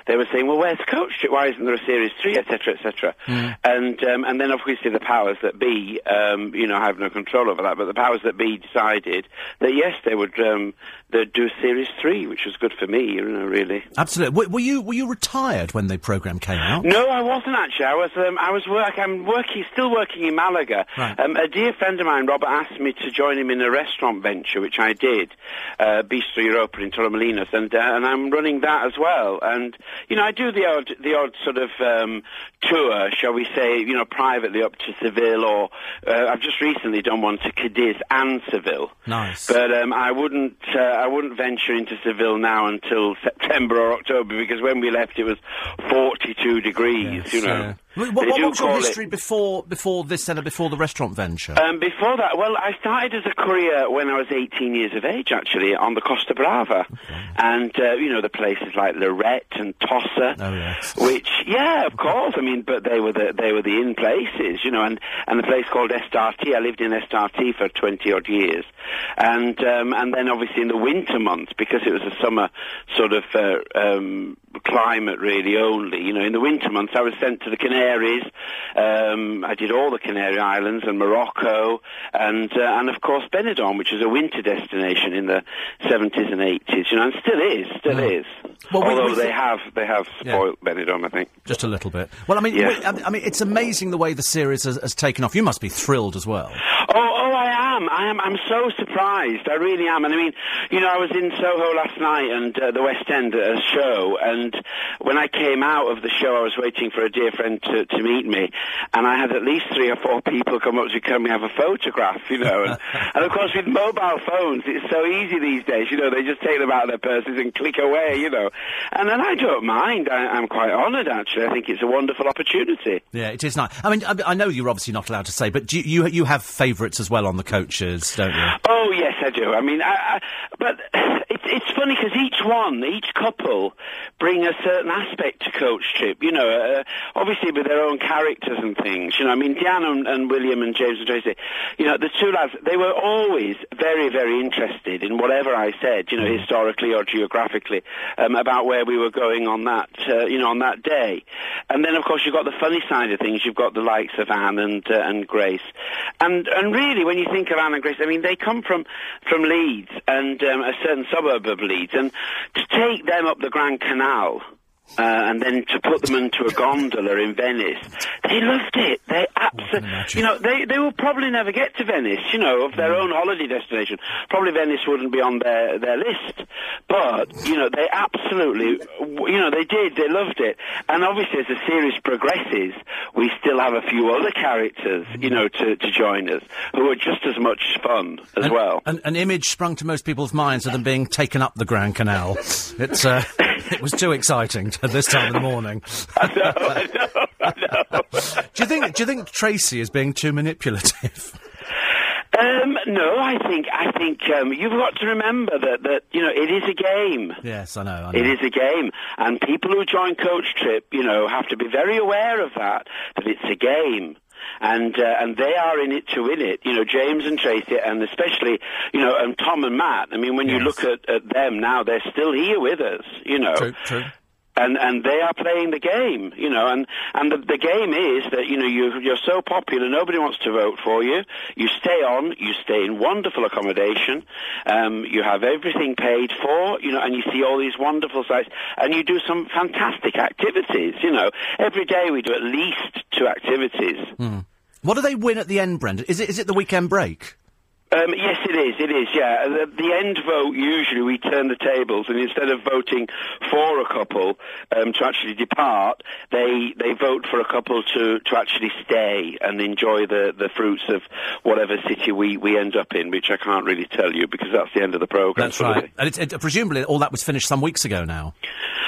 they were saying, well, where's coach trip? Why isn't there a series three, etc., etc. And um, and then obviously the powers that be, um, you know, have no control over that. But the powers that be decided that yes, they would um, they'd do series three, which was good for me, you know, really.
Absolutely. W- were you were you retired when the programme came out?
No, I wasn't actually. I was um, I was work. I'm working, still working in Malaga.
Right.
Um, a dear friend of mine, Robert, asked me to join him in a restaurant venture, which I did, uh, Bistro Europa in Torremolinos, and uh, and I'm running that as well. And you know, I do the odd the odd sort of um, tour, shall we say, you know, privately up to Seville, or uh, I've just recently done one to Cadiz and Seville.
Nice.
But um, I wouldn't uh, I wouldn't venture into Seville now until September or October because when we left it was 42 degrees.
Yes,
you know.
yeah. What,
They
what
do
was your
call it-
history before before this then, and uh, before the restaurant venture?
Um, before that, well, I started as a career when I was 18 years of age, actually, on the Costa Brava. And, uh, you know, the places like Lorette and Tossa.
Oh, yes.
Which, yeah, of course. I mean, but they were the, they were the in places, you know, and, and a place called SRT. I lived in SRT for 20 odd years. And, um, and then obviously in the winter months, because it was a summer sort of, uh, um, climate really only, you know, in the winter months I was sent to the Canaries. Um, I did all the Canary Islands and Morocco and, uh, and of course Benidorm, which is a winter destination in the 70s and 80s, you know, and still is, still is.
Mm. Well, we-
Although
we-
they have, they have
Yeah.
spoiled Benidorm, I think.
Just a little bit. Well, I mean,
Yeah.
we- I I mean, it's amazing the way the series has, has taken off. You must be thrilled as well.
Oh, oh, I am. I am. I'm so surprised. I really am. And I mean, you know, I was in Soho last night and uh, the West End at a show, and when I came out of the show, I was waiting for a dear friend to, to meet me, and I had at least three or four people come up to me, can we have a photograph, you know? And, and of course, with mobile phones, it's so easy these days, you know, they just take them out of their purses and click away, you know. And then I don't mind. I, I'm quite honoured, actually. I think it's a wonderful opportunity.
Yeah, it is nice. I mean, I, I know you're obviously not allowed to say, but do you, you you have favourites as well on the coaches, don't you?
Oh yes, I do. I mean, I, I, but it's it's funny because each one, each couple, bring a certain aspect to Coach Trip. You know, uh, obviously with their own characters and things. You know, I mean, Deanna and, and William and James and Tracy. You know, the two lads, they were always very, very interested in whatever I said. You know, historically or geographically um, about where we were going on that. Uh, you know, on that day. And then of course you've got the funny side of things. You've got the likes of Anne and uh, and Grace, and and really when you think of Anne and Grace, I mean they come from from Leeds and um, a certain suburb of Leeds, and to take them up the Grand Canal. Uh, and then to put them into a gondola in Venice, they loved it. They absolutely, you know, they they will probably never get to Venice, you know, of their own holiday destination. Probably Venice wouldn't be on their their list, but you know, they absolutely, you know, they did. They loved it, and obviously, as the series progresses, we still have a few other characters, you know, to to join us who are just as much fun as
An-
well.
An, an image sprung to most people's minds of them being taken up the Grand Canal. It's, uh, it was too exciting at this time of the morning. do you think? Do you think Tracy is being too manipulative?
Um, no, I think I think um, you've got to remember that that you know it is a game.
yes, I know. I know.
It is a game, and people who join Coach Trip, you know, have to be very aware of that. That it's a game, and uh, and they are in it to win it. You know, James and Tracy, and especially you know, and Tom and Matt. I mean, when you look at, at them now, they're still here with us. You know,
True, true.
and and they are playing the game, you know, and and the, the game is that you know you you're so popular, nobody wants to vote for you. You stay on, you stay in wonderful accommodation, um, you have everything paid for, you know, and you see all these wonderful sights, and you do some fantastic activities, you know. Every day we do at least two activities.
What do they win at the end, Brendan? Is it is it the weekend break?
Um, yes, it is. It is. Yeah, the, the end vote usually we turn the tables, and instead of voting for a couple um, to actually depart, they they vote for a couple to, to actually stay and enjoy the, the fruits of whatever city we, we end up in, which I can't really tell you because that's the end of the program.
That's right. And it's, it, presumably, all that was finished some weeks ago now.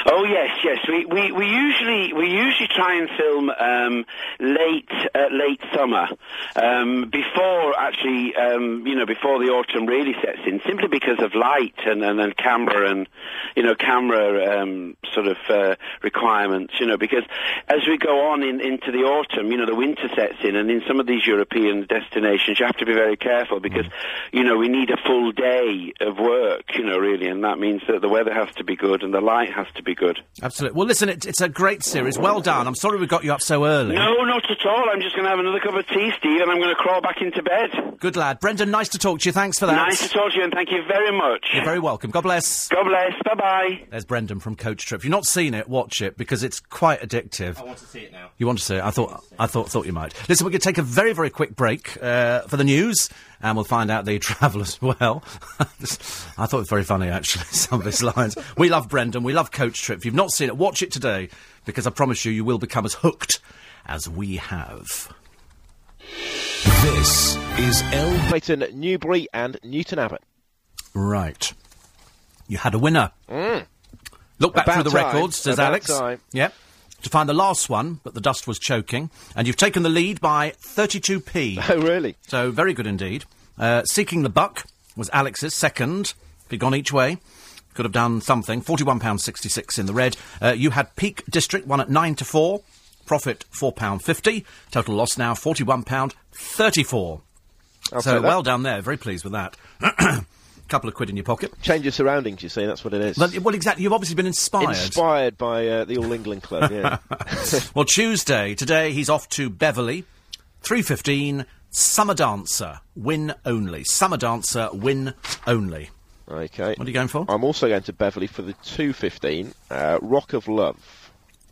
Oh yes, yes. We, we, we usually we usually try and film um, late uh, late summer, um, before actually um, you know before the autumn really sets in, simply because of light and and, and camera and you know camera um, sort of uh, requirements. You know because as we go on in, into the autumn, you know the winter sets in, and in some of these European destinations, you have to be very careful because you know we need a full day of work. You know really, and that means that the weather has to be good and the light has to be good.
Absolutely. Well, listen, it's, it's a great series. Well done. I'm sorry we got you up so early.
No, not at all. I'm just going to have another cup of tea, Steve, and I'm going to crawl back into bed.
Good lad. Brendan, nice to talk to you. Thanks for that.
Nice to talk to you, and thank you very much.
You're very welcome. God bless.
God bless. Bye bye.
There's Brendan from Coach Trip. If you've not seen it, watch it because it's quite addictive.
I want to see it now.
You want to see it? I thought, I thought, thought you might. Listen, we're going to take a very, very quick break uh, for the news, and we'll find out the travel as well. This- I thought it was very funny, actually, some of his lines. We love Brendan. We love Coach Trip. If you've not seen it, watch it today because I promise you, you will become as hooked as we have.
This is LB.
Clayton, Newbury, and Newton Abbott.
Right. You had a winner. Look back
About
through the
Mm. time.
records, says
About
Alex.
time.
Yep. to find the last one, but the dust was choking, and you've taken the lead by 32p.
Oh, really?
So very good indeed. Uh, Seeking the Buck was Alex's second. If he'd gone each way, could have done something. Forty-one pound sixty-six in the red. Uh, you had Peak District one at nine to four. Profit four pound fifty. Total loss now forty-one pound thirty-four. so
take that.
well done there. Very pleased with that. Couple of quid in your pocket.
Change your surroundings, you see, that's what it is.
But, well, exactly. You've obviously been
Inspired by uh, the All England Club, yeah.
well, Tuesday today he's off to Beverley, three fifteen. Summer dancer, win only. Summer dancer, win only.
okay.
What are you going for?
I'm also going to Beverley for the 2.15, uh, Rock of Love,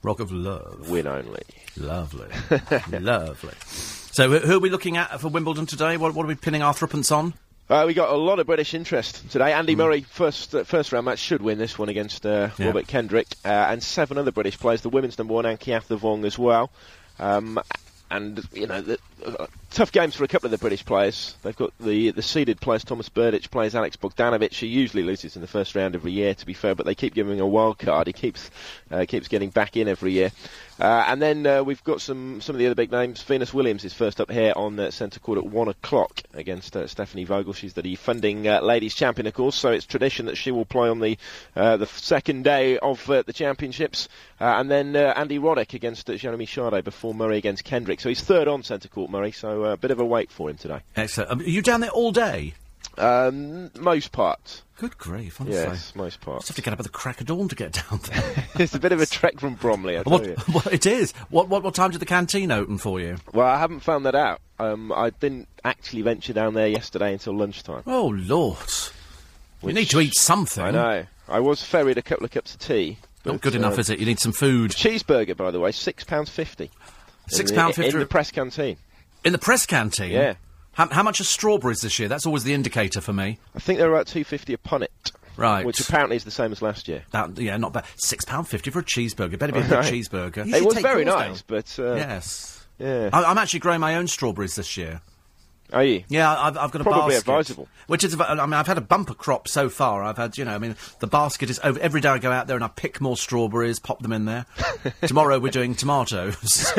Rock of Love,
win only.
lovely, lovely. So, who- who are we looking at for Wimbledon today? What, what are we pinning our threepence on?
Uh, we got a lot of British interest today. Andy Murray, first uh, first round match, should win this one against uh,
Yeah.
Robert Kendrick, uh, and seven other British players. The women's number one, Ankiatha Vong, as well. Um, and you know, the, uh, tough games for a couple of the British players. They've got the the seeded players. Thomas Burditch plays Alex Bogdanovic, who usually loses in the first round every year. To be fair, but they keep giving him a wild card. He keeps uh, keeps getting back in every year. Uh, and then uh, we've got some some of the other big names. Venus Williams is first up here on uh, centre court at one o'clock against uh, Stephanie Vogel. She's the defending uh, ladies champion, of course. So it's tradition that she will play on the uh, the second day of uh, the championships. Uh, and then uh, Andy Roddick against uh, Jeremy Shardo before Murray against Kendrick. So he's third on centre court, Murray. So uh, a bit of a wait for him today.
Excellent. Um, Are you down there all day?
Um, most part,
Good grief, honestly.
yes, most
Just
part.
have to get up at the crack of dawn to get down there.
it's a bit of a trek from Bromley. I tell
what,
you.
well, it is. What, what, what time did the canteen open for you?
Well, I haven't found that out. Um, I didn't actually venture down there yesterday until lunchtime.
Oh, Lord. We
Which-
need to eat something.
I know. uh, I was ferried a couple of cups of tea.
Not good enough,
as
is it? You need some food.
Cheeseburger, by the way, six pounds fifty.
Six pound
in
fifty
the press canteen.
in the press canteen.
Yeah.
How, how much are strawberries this year? That's always the indicator for me.
I think they're about two fifty a punnet.
Right.
Which apparently is the same as last year.
That, yeah, not bad. Six pound fifty for a cheeseburger. Better be a good
Right.
cheeseburger.
You
it
should
was
take
very
yours
nice, but uh,
Yes.
yeah.
I, I'm actually growing my own strawberries this year.
Are you?
Yeah, I- I've, I've got a
Probably
basket.
advisable.
Which is, av- I mean, I've had a bumper crop so far. I've had, you know, I mean, the basket is over. Every day I go out there and I pick more strawberries, pop them in there. Tomorrow we're doing tomatoes.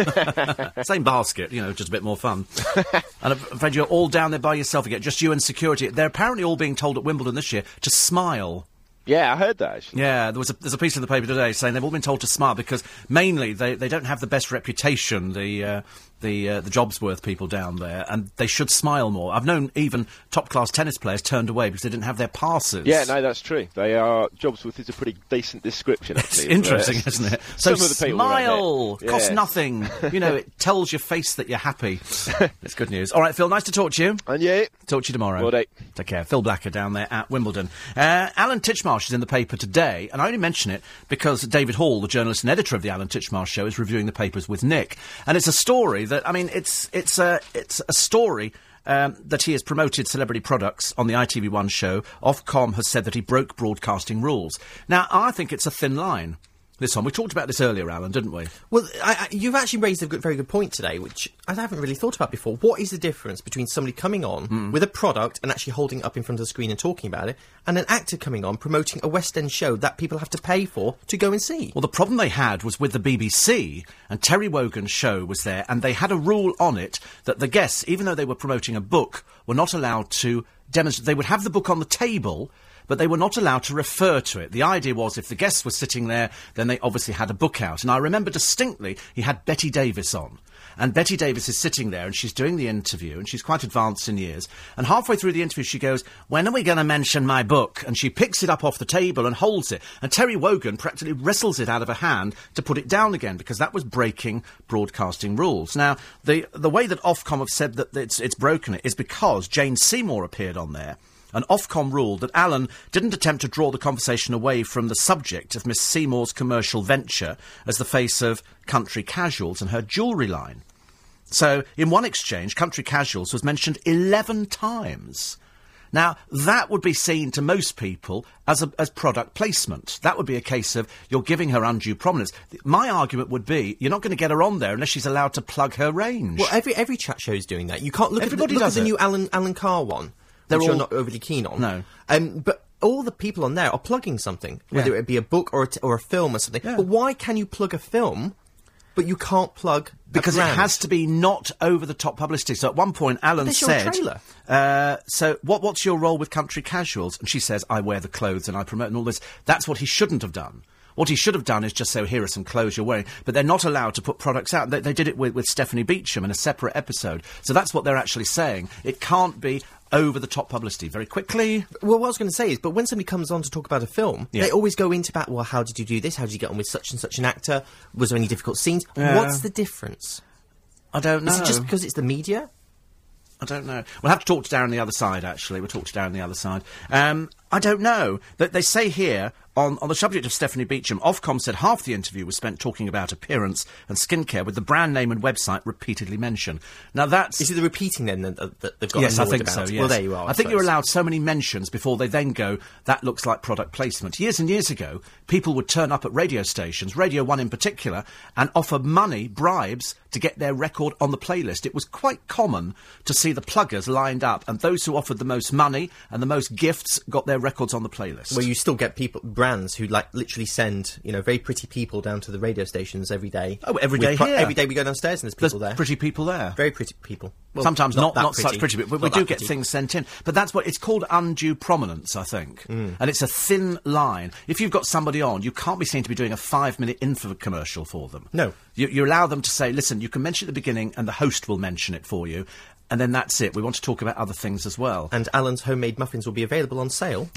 Same basket, you know, just a bit more fun. and I'm afraid you're all down there by yourself again, just you and security. They're apparently all being told at Wimbledon this year to smile.
Yeah, I heard that actually.
Yeah, there was a, there's a piece in the paper today saying they've all been told to smile because mainly they, they don't have the best reputation, the uh, the uh, the Jobsworth people down there, and they should smile more. I've known even top class tennis players turned away because they didn't have their passes.
Yeah, no, that's true. They are Jobsworth is a pretty decent description.
It's
Actually, of, uh,
interesting, isn't it? So
Some of the people around
smile,
here.
costs
Yeah.
nothing. You know, it tells your face that you're happy. it's good news. All right, Phil, nice to talk to you.
And yeah,
Talk to you tomorrow.
Will do.
Take care. Phil Blacker down there at Wimbledon. Uh, Alan Titchmarsh is in the paper today, and I only mention it because David Hall, the journalist and editor of the Alan Titchmarsh Show, is reviewing the papers with Nick, and it's a story that I mean, it's it's a it's a story. Um, that he has promoted celebrity products on the ITV1 show. Ofcom has said that he broke broadcasting rules. Now, I think it's a thin line. This one. We talked about this earlier, Alan, didn't we?
Well, I, I, you've actually raised a good, very good point today, which I haven't really thought about before. What is the difference between somebody coming on with a product and actually holding it up in front of the screen and talking about it, and an actor coming on promoting a West End show that people have to pay for to go and see?
Well, the problem they had was with the BBC, and Terry Wogan's show was there, and they had a rule on it that the guests, even though they were promoting a book, were not allowed to demonstrate. They would have the book on the table, but they were not allowed to refer to it. The idea was if the guests were sitting there, then they obviously had a book out. And I remember distinctly he had Betty Davis on. And Betty Davis is sitting there and she's doing the interview and she's quite advanced in years. And halfway through the interview, she goes, When are we going to mention my book? And she picks it up off the table and holds it. And Terry Wogan practically wrestles it out of her hand to put it down again because that was breaking broadcasting rules. Now, the, the way that Ofcom have said that it's, it's broken it is because Jane Seymour appeared on there. An Ofcom ruled that Allen didn't attempt to draw the conversation away from the subject of Miss Seymour's commercial venture as the face of country casuals and her jewellery line. So, in one exchange, country casuals was mentioned 11 times. Now, that would be seen to most people as, a, as product placement. That would be a case of you're giving her undue prominence. Th- My argument would be you're not going to get her on there unless she's allowed to plug her range.
Well, every every chat show is doing that. You can't look
Everybody
at the, look
does
at the
it.
new Alan Alan Carr one.
They're
which
all-
you're not overly keen on.
No.
um, but all the people on there are plugging something, whether
Yeah.
it be a book or a t- or a film or something.
Yeah.
But why can you plug a film? but you can't plug a
because it
brand.
has to be not over the top publicity. So at one point, Alan
That's your
said,
trailer.
Uh, "So what? What's your role with country casuals?" And she says, "I wear the clothes and I promote and all this." That's what he shouldn't have done. What he should have done is just so here are some clothes you're wearing, but they're not allowed to put products out. They, they did it with, with Stephanie Beecham in a separate episode. So that's what they're actually saying. It can't be over the top publicity very quickly.
Well, what I was going to say is, but when somebody comes on to talk about a film,
Yeah.
they always go into that. Well, how did you do this? How did you get on with such and such an actor? Was there any difficult scenes?
Yeah. Oh.
What's the difference?
I don't know.
Is it just because it's the media?
I don't know. We'll have to talk to Darren the other side, actually. We'll talk to Darren the other side. Um, I don't know. They, they say here, on, on the subject of Stephanie Beecham, Ofcom said half the interview was spent talking about appearance and skincare with the brand name and website repeatedly mentioned. Now, that's...
Is it the repeating then that, that they've got?
Yes, I
annoyed
think
about?
so. Yes.
Well, there you are.
I, think you're
suppose.
allowed so many mentions before they then go. That looks like product placement. Years and years ago, people would turn up at radio stations, Radio One in particular, and offer money, bribes to get their record on the playlist. It was quite common to see the pluggers lined up, and those who offered the most money and the most gifts got their records on the playlist.
Well, you still get people, brands who like literally send you know very pretty people down to the radio stations every day.
Oh, every
With
day
pro-
here.
Every day we go downstairs and there's
There's
people there.
pretty people there.
very pretty people. Well,
Sometimes not,
that
not, such pretty, but we, we
Not
do
that
get
pretty.
things sent in. But that's what it's called undue prominence, I think.
Mm.
And it's a thin line. If you've got somebody on, you can't be seen to be doing a five minute infomercial for them.
No.
You, you allow them to say, listen, you can mention it at the beginning and the host will mention it for you. And then that's it. We want to talk about other things as well.
And Alan's homemade muffins will be available on sale.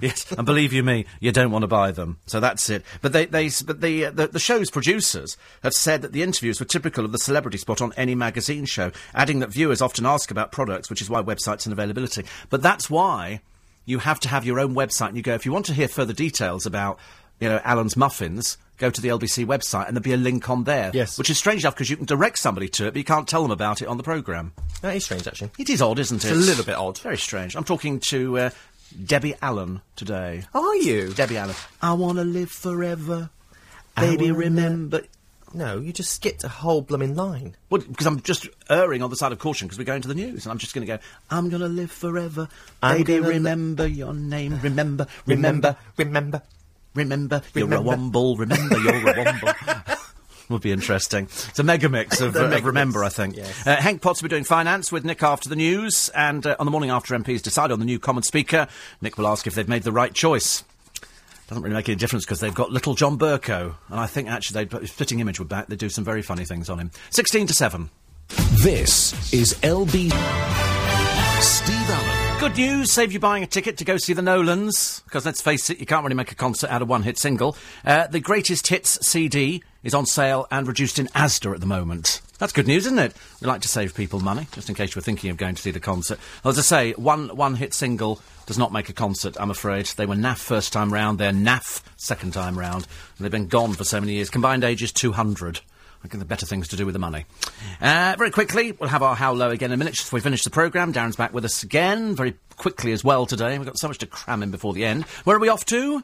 yes, and believe you me, you don't want to buy them. So that's it. But they, they, but the, uh, the the show's producers have said that the interviews were typical of the celebrity spot on any magazine show, adding that viewers often ask about products, which is why websites and availability. But that's why you have to have your own website, and you go if you want to hear further details about, you know, Alan's muffins. Go to the LBC website, and there'll be a link on there.
Yes.
which is strange enough because you can direct somebody to it, but you can't tell them about it on the programme.
that is strange, actually.
It is odd, isn't it?
a little bit odd.
Very strange. I'm talking to uh, Debbie Allen today.
Are you?
Debbie Allen. I want to live forever.
I
Baby,
wanna
remember.
No, you just skipped a whole blooming line.
Well, because I'm just erring on the side of caution because we're going to the news and I'm just going to go, I'm going to live forever.
I'm
Baby,
gonna li-
remember your name. Remember, remember,
remember.
remember, you're a
Remember.
womble. Remember, you're a womble. Would be interesting. It's a mega mix of, uh, of
mega
Remember,
mix,
I think.
yes.
Uh, Hank Potts will be doing finance with Nick after the news, and uh, on the morning after MPs decide on the new Common Speaker, Nick will ask if they've made the right choice. Doesn't really make any difference because they've got little John Burko, and I think actually they'd if fitting image would back. They do some very funny things on him. Sixteen to seven.
This is LB. Steve Allen.
Good news, save you buying a ticket to go see the Nolans, because let's face it, you can't really make a concert out of one hit single. Uh, the Greatest Hits CD is on sale and reduced in Asda at the moment. That's good news, isn't it? We like to save people money, just in case you were thinking of going to see the concert. As I say, one one hit single does not make a concert, I'm afraid. They were naff first time round, they're naff second time round, and they've been gone for so many years. Combined age is 200. I think the better things to do with the money. Uh, very quickly, we'll have our How Low again in a minute just before we finish the programme. Darren's back with us again very quickly as well today. We've got so much to cram in before the end. Where are we off to?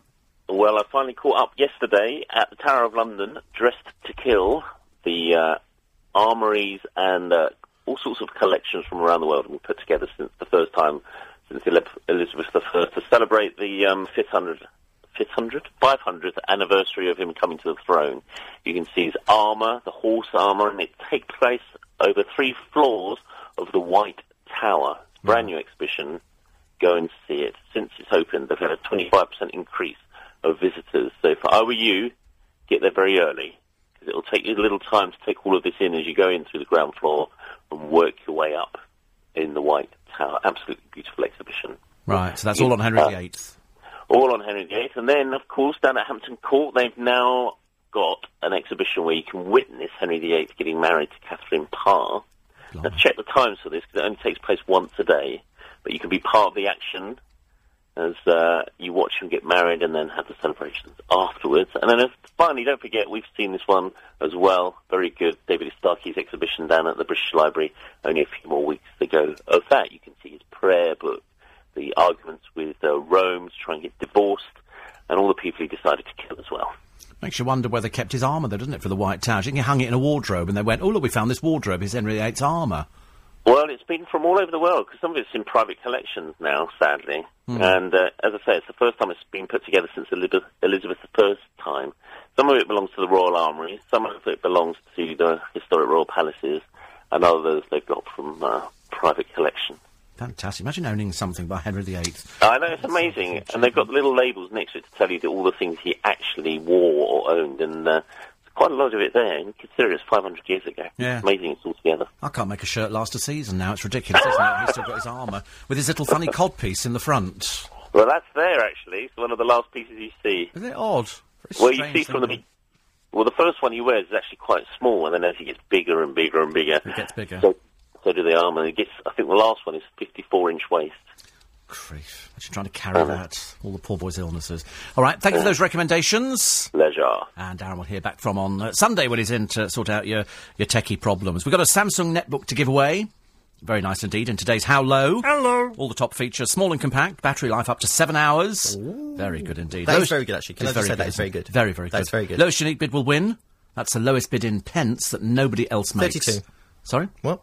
Well, I finally caught up yesterday at the Tower of London, dressed to kill the uh, armories and uh, all sorts of collections from around the world we put together since the first time, since Ele- Elizabeth I, to celebrate the um, 500, 500, 500th anniversary of him coming to the throne. You can see his armour, the horse armour, and it takes place over three floors of the White Tower. Brand new exhibition go and see it. Since it's opened, they've had a 25% increase of visitors. So if I were you, get there very early because it'll take you a little time to take all of this in as you go in through the ground floor and work your way up in the White Tower. Absolutely beautiful exhibition.
Right, so that's all on Henry
Uh,
VIII.
All on Henry VIII. And then, of course, down at Hampton Court, they've now got an exhibition where you can witness Henry VIII getting married to Catherine Parr. Now, check the times for this because it only takes place once a day, but you can be part of the action as uh, you watch him get married and then have the celebrations afterwards. And then uh, finally, don't forget, we've seen this one as well. Very good. David Starkey's exhibition down at the British Library only a few more weeks ago. Of that, you can see his prayer book, the arguments with uh, Rome to try and get divorced, and all the people he decided to kill as well.
Makes you wonder whether they kept his armour, though, doesn't it, for the White Tower? Do you think He hung it in a wardrobe and they went, oh, look, we found this wardrobe, it's Henry VIII's armour.
Well, it's been from all over the world because some of it's in private collections now, sadly. And uh, as I say, it's the first time it's been put together since Elizabeth, Elizabeth the first time. Some of it belongs to the Royal Armoury, some of it belongs to the historic Royal Palaces, and others they've got from uh, private collection.
Fantastic. Imagine owning something by Henry VIII.
I know, it's amazing. And they've got little labels next to it to tell you that all the things he actually wore or owned, and uh, there's quite a lot of it there, and consider it's 500 years ago.
Yeah.
It's amazing it's all together.
I can't make a shirt last a season now. It's ridiculous, isn't it? He's still got his armour with his little funny codpiece in the front.
Well, that's there, actually. It's one of the last pieces you see.
Is it odd? Very
Well, you
strange
see from the
thing.
be- well, the first one he wears is actually quite small, and then as he gets bigger and bigger and bigger,
It gets bigger.
So, so do the arm, and it gets. I think the last one is 54 inch waist.
Grief. Imagine trying to carry that. All the poor boy's illnesses. All right, thank you for those recommendations.
Leisure.
And Darren will hear back from on uh, Sunday when he's in to sort out your, your techie problems. We've got a Samsung netbook to give away. Very nice indeed. In today's How Low.
Hello.
All the top features, small and compact, battery life up to seven hours. Very good indeed.
That is
Lowest-
very good, actually. Can
It
I just say that
good,
is very
isn't it?
good?
Very, very good.
That's very good.
Lowest unique bid will win. That's the lowest bid in pence that nobody else makes.
32.
Sorry?
What?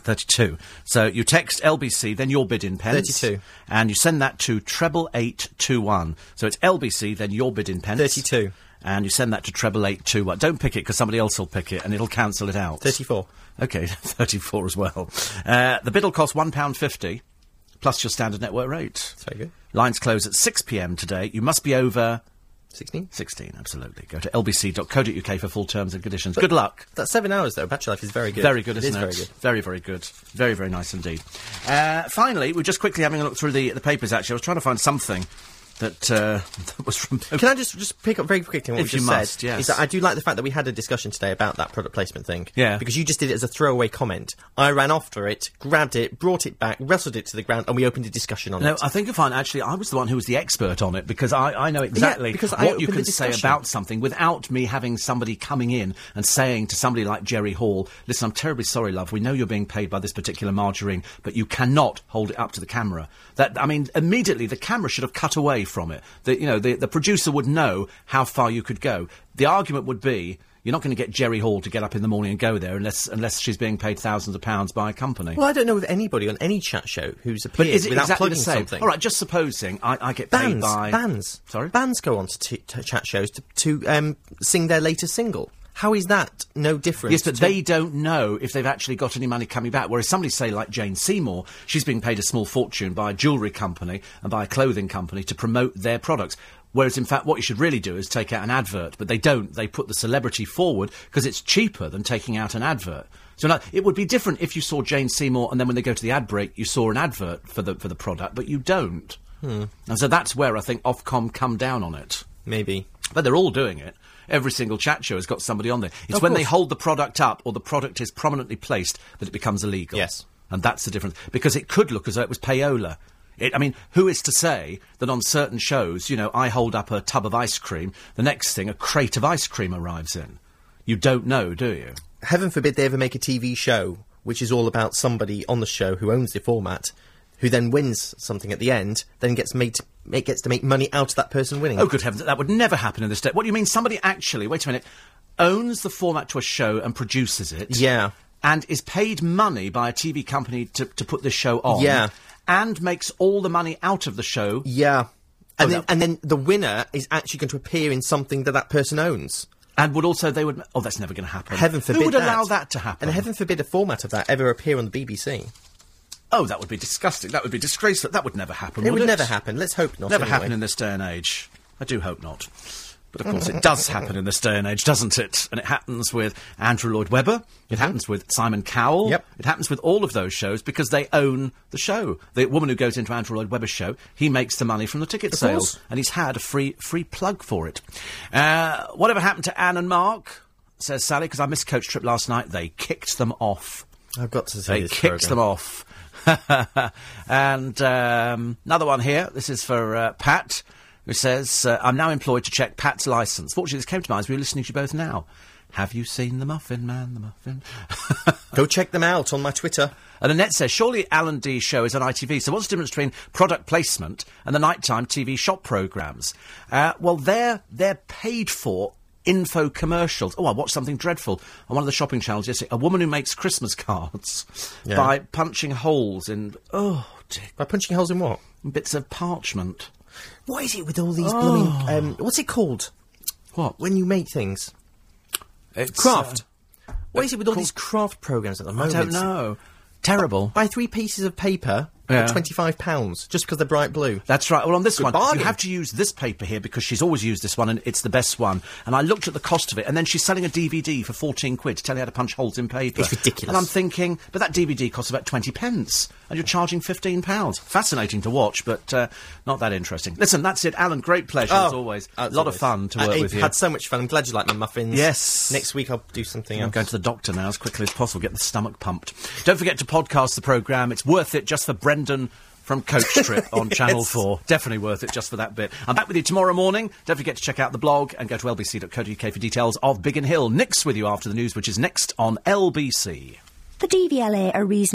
32. So you text LBC, then your bid in pence.
32.
And you send that to treble 821. So it's LBC, then your bid in pence.
32.
And you send that to treble 821. Don't pick it because somebody else will pick it and it'll cancel it out.
34.
Okay, 34 as well. Uh, the bid will cost £1.50 plus your standard network rate.
That's very good.
Lines close at 6 pm today. You must be over
16.
16, absolutely. Go to lbc.co.uk for full terms and conditions. Good luck.
That's seven hours, though. Bachelor life is very good.
Very good, isn't it?
It is very good.
Very, very good. Very, very nice indeed. Uh, finally, we're just quickly having a look through the, the papers, actually. I was trying to find something that, uh, that was from.
Can I just just pick up very quickly on what
If
we
you
just
must,
said?
yes.
Is that I do like the fact that we had a discussion today about that product placement thing.
Yeah.
Because you just did it as a throwaway comment. I ran after it, grabbed it, brought it back, wrestled it to the ground, and we opened a discussion on
No,
it.
I think you'll find actually I was the one who was the expert on it because I, I know exactly
because I
what you
opened
can
the
say
discussion.
about something without me having somebody coming in and saying to somebody like Jerry Hall, listen, I'm terribly sorry, love. We know you're being paid by this particular margarine, but you cannot hold it up to the camera. That I mean, immediately the camera should have cut away from it. The, you know, the, the producer would know how far you could go. The argument would be. You're not going to get Jerry Hall to get up in the morning and go there unless unless she's being paid thousands of pounds by a company.
well, I don't know of anybody on any chat show who's appeared
But is it
without
exactly the
plugging
same?
something.
All right, just supposing I, I get paid
bands,
by
bands,
Sorry,
bands go on to, t- to chat shows to, to um, sing their latest single. How is that no different?
Yes, but
to-
they don't know if they've actually got any money coming back. Whereas somebody, say, like Jane Seymour, she's being paid a small fortune by a jewellery company and by a clothing company to promote their products. Whereas, in fact, what you should really do is take out an advert, but they don't. They put the celebrity forward because it's cheaper than taking out an advert. So like, it would be different if you saw Jane Seymour and then when they go to the ad break, you saw an advert for the, for the product, but you don't.
Hmm.
And so that's where I think Ofcom come down on it.
maybe.
But they're all doing it. Every single chat show has got somebody on there. It's
Of
when they
course.
hold the product up or the product is prominently placed that it becomes illegal.
Yes.
And that's the difference. Because it could look as though it was payola. It, I mean, who is to say that on certain shows, you know, I hold up a tub of ice cream, the next thing, a crate of ice cream arrives in? You don't know, do you?
Heaven forbid they ever make a TV show which is all about somebody on the show who owns the format, who then wins something at the end, then gets made to, make, gets to make money out of that person winning.
Oh, good heavens, that would never happen in this day. What do you mean somebody actually, wait a minute, owns the format to a show and produces it?
Yeah.
And is paid money by a TV company to, to put this show on?
Yeah.
And makes all the money out of the show?
Yeah.
Oh,
And, then,
no.
and then the winner is actually going to appear in something that that person owns.
And would also, they would. Oh, that's never going to happen.
Heaven forbid
Who would
that.
allow that to happen?
And heaven forbid a format of that ever appear on the BBC.
oh, that would be disgusting. That would be disgraceful. That would never happen.
It
would
would never happen. Let's hope not.
Never
anyway. Mm.
happen in this day and age. I do hope not. But of course, it does happen in this day and age, doesn't it? And it happens with Andrew Lloyd Webber. It happens with Simon Cowell.
Mm-hmm. Yep.
It happens with all of those shows because they own the show. The woman who goes into Andrew Lloyd Webber's show, he makes the money from the ticket sales,
course.
and he's had a free free plug for it. Uh, whatever happened to Anne and Mark? Says Sally, because I missed coach trip last night. They kicked them off.
I've got to say
They
this
kicked
programme.
them off. and um, another one here. This is for uh, Pat, who says, uh, I'm now employed to check Pat's license. Fortunately, this came to mind as we were listening to you both now. Have you seen the muffin man, the muffin?
Go check them out on my Twitter.
and Annette says, surely Alan D show is on ITV. So what's the difference between product placement and the nighttime TV shop programmes? Uh, well, they're, they're paid for info commercials. Oh, I watched something dreadful on one of the shopping channels yesterday. A woman who makes Christmas cards
Yeah.
by punching holes in, oh, dear
By punching holes in what?
bits of parchment. Oh.
What is it with all these blooming? Um, what's it called?
What?
When you make things.
It's, uh,
Craft. What
it's
is it with all
called-
these craft programs at the
I
moment?
don't know. Terrible.
Buy three pieces of paper
Yeah.
for twenty-five pounds just because they're bright blue.
That's right. Well, on this
Good
one,
bargain.
you have to use this paper here because she's always used this one, and it's the best one. And I looked at the cost of it, and then she's selling a DVD for fourteen quid to tell you how to punch holes in paper.
It's ridiculous.
And I'm thinking, but that DVD costs about twenty pence, and you're charging fifteen pounds. Fascinating to watch, but uh, not that interesting. Listen, that's it, Alan. Great pleasure
Oh,
as always. A lot of fun to
I-
work
I
with you.
Uh, Had so much fun. I'm glad you like my muffins.
Yes.
Next week I'll do something
I'm
else.
going to the doctor now as quickly as possible, get the stomach pumped. Don't forget to podcast the programme. It's worth it just for Brendan from Coach Trip on Channel 4. Definitely worth it just for that bit. I'm back with you tomorrow morning. Don't forget to check out the blog and go to lbc.co.uk for details of Biggin Hill. Nick's with you after the news, which is next on LBC.
E
The DVLA are reasonable.